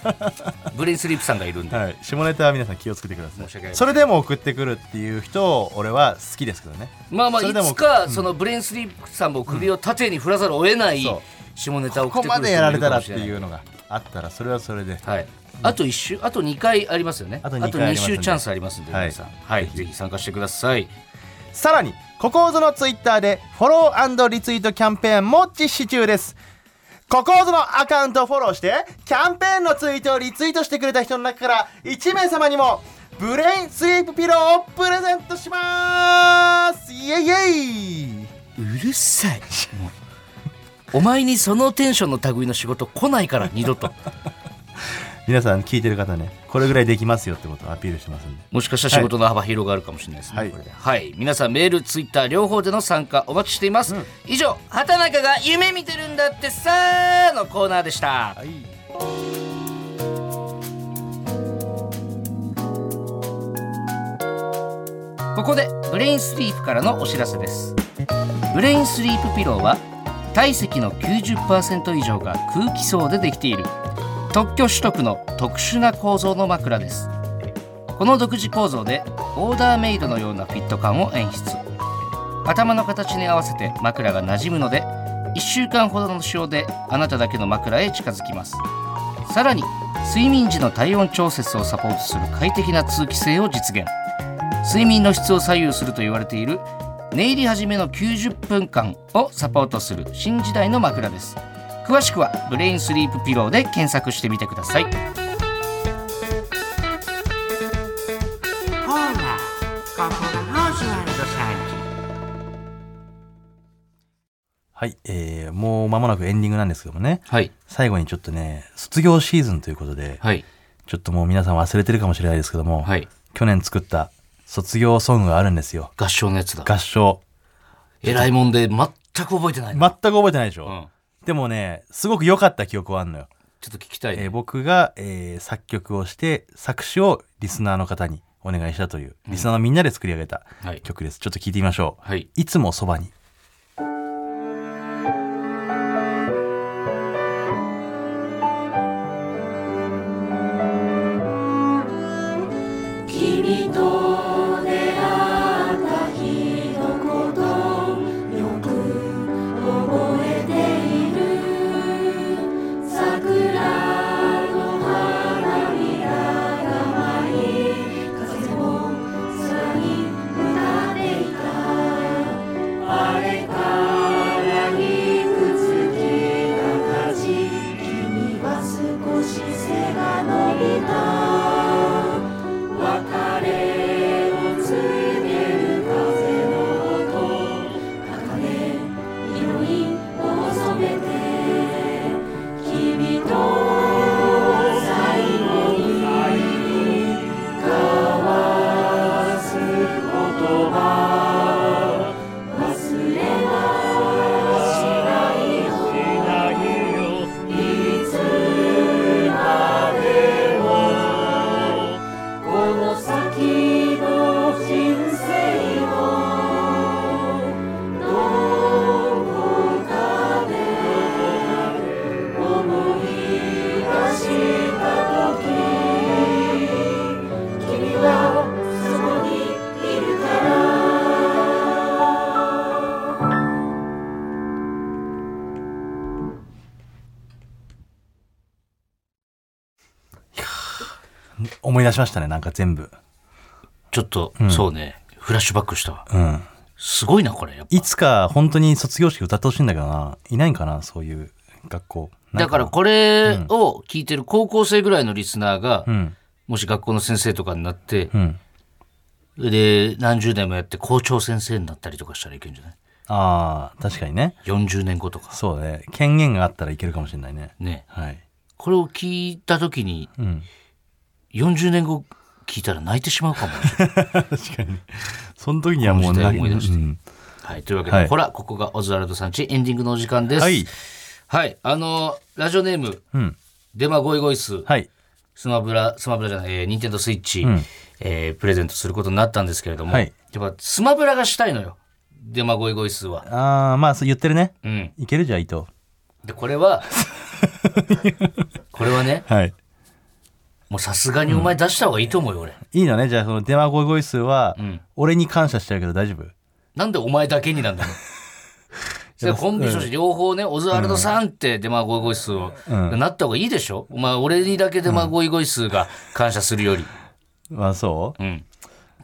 [SPEAKER 5] (laughs) ブレインスリープさんがいるんで、
[SPEAKER 3] はい、下ネタは皆さん気をつけてください
[SPEAKER 5] 申し訳ない
[SPEAKER 3] それでも送ってくるっていう人を俺は好きですけどね
[SPEAKER 5] まあまあ
[SPEAKER 3] それ
[SPEAKER 5] い
[SPEAKER 3] でも
[SPEAKER 5] つかそのブレインスリープさんも首を縦に振らざるを得ない
[SPEAKER 3] そう
[SPEAKER 5] 下ネタを
[SPEAKER 3] こ
[SPEAKER 5] 送っ
[SPEAKER 3] こ
[SPEAKER 5] てく
[SPEAKER 3] ま
[SPEAKER 5] る
[SPEAKER 3] でやられたらって
[SPEAKER 5] 人も
[SPEAKER 3] い
[SPEAKER 5] る
[SPEAKER 3] うのがあったらそれはそれで
[SPEAKER 5] かもしれないはいあと一週あと2回ありますよね
[SPEAKER 3] あ
[SPEAKER 5] あ
[SPEAKER 3] と
[SPEAKER 5] と
[SPEAKER 3] 二回ありま
[SPEAKER 5] 2
[SPEAKER 3] すんで
[SPEAKER 5] 週チャンスありますんで
[SPEAKER 3] はい
[SPEAKER 5] 皆さんはいぜひ参加してください
[SPEAKER 3] さらにココーズのツイッターでフォローリツイートキャンペーンも実施中ですココーズのアカウントをフォローしてキャンペーンのツイートをリツイートしてくれた人の中から1名様にもブレインスリープピローをプレゼントしますイエイイエイ
[SPEAKER 5] うるさいもうお前にそのテンションの類の仕事来ないから二度と
[SPEAKER 3] 皆さん聞いてる方ねこれぐらいできますよってことをアピールしてますんで
[SPEAKER 5] もしかしたら仕事の幅広がるかもしれないですね、
[SPEAKER 3] はい
[SPEAKER 5] これではい皆さんメールツイッター両方での参加お待ちしています、以上「畑中が夢見てるんだってさ」のコーナーでした
[SPEAKER 3] はい
[SPEAKER 5] ここでブレインスリープからのお知らせですブレインスリープピローは体積の90%以上が空気層でできている特許取得の特殊な構造の枕ですこの独自構造でオーダーメイドのようなフィット感を演出頭の形に合わせて枕が馴染むので1週間ほどの使用であなただけの枕へ近づきますさらに睡眠時の体温調節をサポートする快適な通気性を実現睡眠の質を左右すると言われている寝入り始めの90分間をサポートする新時代の枕です詳しくはブレインスリープピローで検索してみてください
[SPEAKER 6] ほら、ここがローズワルドさんち。
[SPEAKER 3] はい、えー、もう間もなくエンディングなんですけどもね
[SPEAKER 5] はい
[SPEAKER 3] 最後にちょっとね卒業シーズンということで、
[SPEAKER 5] はい
[SPEAKER 3] ちょっともう皆さん忘れてるかもしれないですけども、
[SPEAKER 5] はい
[SPEAKER 3] 去年作った卒業ソングがあるんですよ
[SPEAKER 5] 合唱のやつだ
[SPEAKER 3] 合唱
[SPEAKER 5] えらいもんで全く覚えてない
[SPEAKER 3] 全
[SPEAKER 5] な、
[SPEAKER 3] く覚えてないでしょ、
[SPEAKER 5] うん、
[SPEAKER 3] でもねすごく良かった記憶はあるのよ、
[SPEAKER 5] ちょっと聞きたい、
[SPEAKER 3] えー僕が、えー作曲をして作詞をリスナーの方にお願いしたというリスナーのみんなで作り上げた
[SPEAKER 5] はい
[SPEAKER 3] 曲です、ちょっと聞いてみましょう、
[SPEAKER 5] はい
[SPEAKER 3] いつもそばに思い出しましたねなんか全部
[SPEAKER 5] ちょっと、そうねフラッシュバックしたわ
[SPEAKER 3] うん
[SPEAKER 5] すごいなこれやっぱ
[SPEAKER 3] いつか本当に卒業式歌ってほしいんだけどないないんかなそういう学校ない
[SPEAKER 5] だからこれを聞いてる高校生ぐらいのリスナーが、
[SPEAKER 3] うん
[SPEAKER 5] もし学校の先生とかになって
[SPEAKER 3] う、ん
[SPEAKER 5] で何十年もやって校長先生になったりとかしたらいけんじゃない
[SPEAKER 3] ああ確かにね
[SPEAKER 5] ?40 年後とか
[SPEAKER 3] そうね権限があったらいけるかもしれないね
[SPEAKER 5] ね
[SPEAKER 3] はい
[SPEAKER 5] これを聞いた時に
[SPEAKER 3] うん
[SPEAKER 5] 40年後聞いたら泣いてしまうかも、
[SPEAKER 3] (laughs) その時にはもう
[SPEAKER 5] この時代を
[SPEAKER 3] な
[SPEAKER 5] 思い出して
[SPEAKER 3] うん
[SPEAKER 5] はい、というわけで、
[SPEAKER 3] はい
[SPEAKER 5] ほらここがオズワルドさんちエンディングのお時間です
[SPEAKER 3] はい、
[SPEAKER 5] はいあのラジオネーム
[SPEAKER 3] うん、
[SPEAKER 5] デマゴイゴイス、
[SPEAKER 3] はい
[SPEAKER 5] スマブラスマブラじゃない、えー、ニンテンドースイッチ、
[SPEAKER 3] ん
[SPEAKER 5] えープレゼントすることになったんですけれども、
[SPEAKER 3] はい
[SPEAKER 5] やっぱスマブラがしたいのよデマゴイゴイスは。
[SPEAKER 3] ああまあそう言ってるね
[SPEAKER 5] うん、
[SPEAKER 3] いけるじゃん伊藤
[SPEAKER 5] でこ
[SPEAKER 3] (laughs)
[SPEAKER 5] れはこれはね
[SPEAKER 3] はい
[SPEAKER 5] もうさすがにお前出した方がいいと思うよ俺。
[SPEAKER 3] いいのねじゃあそのデマゴイゴイ数は、
[SPEAKER 5] ん
[SPEAKER 3] 俺に感謝しちゃうけど大丈夫
[SPEAKER 5] なんでお前だけになんだろう。それコンビとして両方ね、オズワルドさんってデマゴイゴイスを、
[SPEAKER 3] うん
[SPEAKER 5] なった方がいいでしょお前、俺にだけデマゴイゴイスが感謝するより。
[SPEAKER 3] まあそう
[SPEAKER 5] うん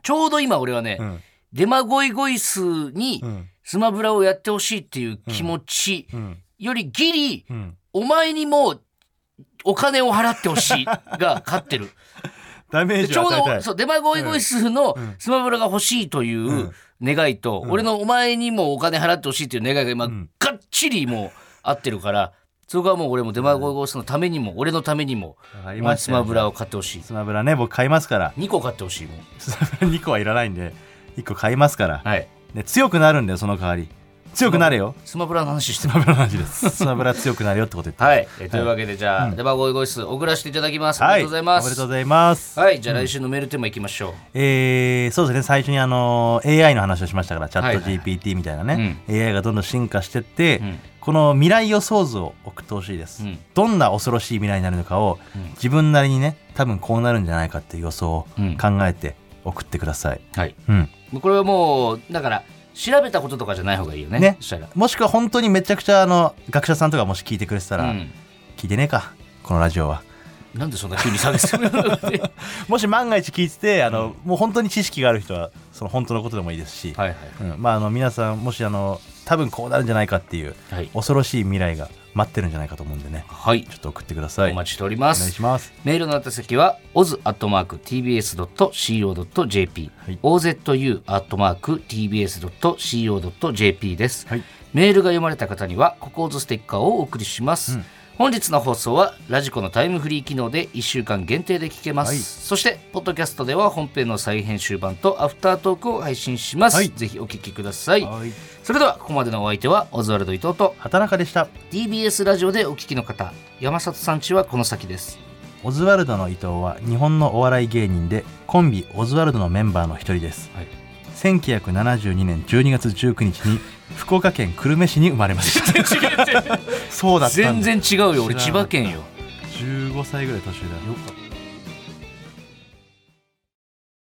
[SPEAKER 5] ちょうど今俺はね、
[SPEAKER 3] ん
[SPEAKER 5] デマゴイゴイスに
[SPEAKER 3] ん
[SPEAKER 5] スマブラをやってほしいっていう気持ち
[SPEAKER 3] ん
[SPEAKER 5] よりギリ、
[SPEAKER 3] ん
[SPEAKER 5] お前にもうお金を払ってほしいが勝ってる。
[SPEAKER 3] ダメー
[SPEAKER 5] で
[SPEAKER 3] ジ
[SPEAKER 5] ちょ
[SPEAKER 3] を
[SPEAKER 5] う
[SPEAKER 3] 与えた
[SPEAKER 5] ど
[SPEAKER 3] (laughs) い
[SPEAKER 5] そうデマゴイゴイスのスマブラが欲しいという願いと、俺のお前にもお金払ってほしいという願いが今、
[SPEAKER 3] ん
[SPEAKER 5] がっちりもう合ってるからそこはもう俺もデマゴイゴイスのためにも、俺のためにも
[SPEAKER 3] わかり
[SPEAKER 5] お
[SPEAKER 3] ま
[SPEAKER 5] 前
[SPEAKER 3] した
[SPEAKER 5] スマブラを買ってほしい
[SPEAKER 3] スマブラね僕買いますから
[SPEAKER 5] 2個買ってほしいもん
[SPEAKER 3] スマブラ2個はいらないんで1個買いますから、
[SPEAKER 5] はい
[SPEAKER 3] ね、強くなるんだよその代わり強くなれよ
[SPEAKER 5] スマブラの話して
[SPEAKER 3] (laughs) ス
[SPEAKER 5] る
[SPEAKER 3] マブラの話ですスマブラ強くなれよってこと言って
[SPEAKER 5] はい、えというわけでじゃあ、デマゴイゴイス送らせていただきます、ありがとうございま
[SPEAKER 3] おめですとう
[SPEAKER 5] は
[SPEAKER 3] ございます、
[SPEAKER 5] い、じゃあ来週のメールテーマいきましょう
[SPEAKER 3] えーそうですね最初にあの AI の話をしましたからチャット
[SPEAKER 5] はい
[SPEAKER 3] GPT みたいなね、
[SPEAKER 5] うん
[SPEAKER 3] AI がどんどん進化してって、
[SPEAKER 5] ん
[SPEAKER 3] この未来予想図を送ってほしいです、
[SPEAKER 5] うん
[SPEAKER 3] どんな恐ろしい未来になるのかを
[SPEAKER 5] うん
[SPEAKER 3] 自分なりにね多分こうなるんじゃないかっていう予想を
[SPEAKER 5] うん
[SPEAKER 3] 考えて送ってください、
[SPEAKER 5] はい。
[SPEAKER 3] うん
[SPEAKER 5] これはもう、だから、調べたこととかじゃない方がいいよね。
[SPEAKER 3] ね
[SPEAKER 5] そしたら。
[SPEAKER 3] もしくは本当にめちゃくちゃあの学者さんとかもし聞いてくれてたら、
[SPEAKER 5] うん
[SPEAKER 3] 聞いてねえかこのラジオは
[SPEAKER 5] なんでそんな急に下げするの (laughs) はい
[SPEAKER 3] もし万が一聞いててあの、もう本当に知識がある人はその本当のことでもいいですし、
[SPEAKER 5] はい。
[SPEAKER 3] うんまあ、あの皆さんもしあの多分こうなるんじゃないかっていう
[SPEAKER 5] はい。
[SPEAKER 3] 恐ろしい未来が待ってるんじゃないかと思うんでね
[SPEAKER 5] はい。
[SPEAKER 3] ちょっと送ってください
[SPEAKER 5] お
[SPEAKER 3] お願
[SPEAKER 5] 待ちしておりま
[SPEAKER 3] い
[SPEAKER 5] す。
[SPEAKER 3] します
[SPEAKER 5] メールの宛先は oz.tbs.co.jp、
[SPEAKER 3] はい
[SPEAKER 5] ozu.tbs.co.jp です、
[SPEAKER 3] はい
[SPEAKER 5] メールが読まれた方にはココーズステッカーをお送りします、
[SPEAKER 3] うん
[SPEAKER 5] 本日の放送はラジコのタイムフリー機能で1週間限定で聞けます、
[SPEAKER 3] はい
[SPEAKER 5] そしてポッドキャストでは本編の再編集版とアフタートークを配信します、
[SPEAKER 3] はい
[SPEAKER 5] ぜひお聞きください、
[SPEAKER 3] はい
[SPEAKER 5] それではここまでのお相手はオズワルド伊藤と
[SPEAKER 3] 畑中でした
[SPEAKER 5] TBS ラジオでお聞きの方山里さんちはこの先です
[SPEAKER 3] オズワルドの伊藤は日本のお笑い芸人でコンビオズワルドのメンバーの一人です、
[SPEAKER 5] はい
[SPEAKER 3] 1972年12月19日に福岡県久留米市に生まれま
[SPEAKER 5] (laughs)
[SPEAKER 3] したそうだったん
[SPEAKER 5] 全
[SPEAKER 3] だ
[SPEAKER 5] 然違うよ俺
[SPEAKER 3] 知
[SPEAKER 5] 千
[SPEAKER 3] らなかった
[SPEAKER 5] 葉県よ
[SPEAKER 3] 15歳ぐらい年上だよかった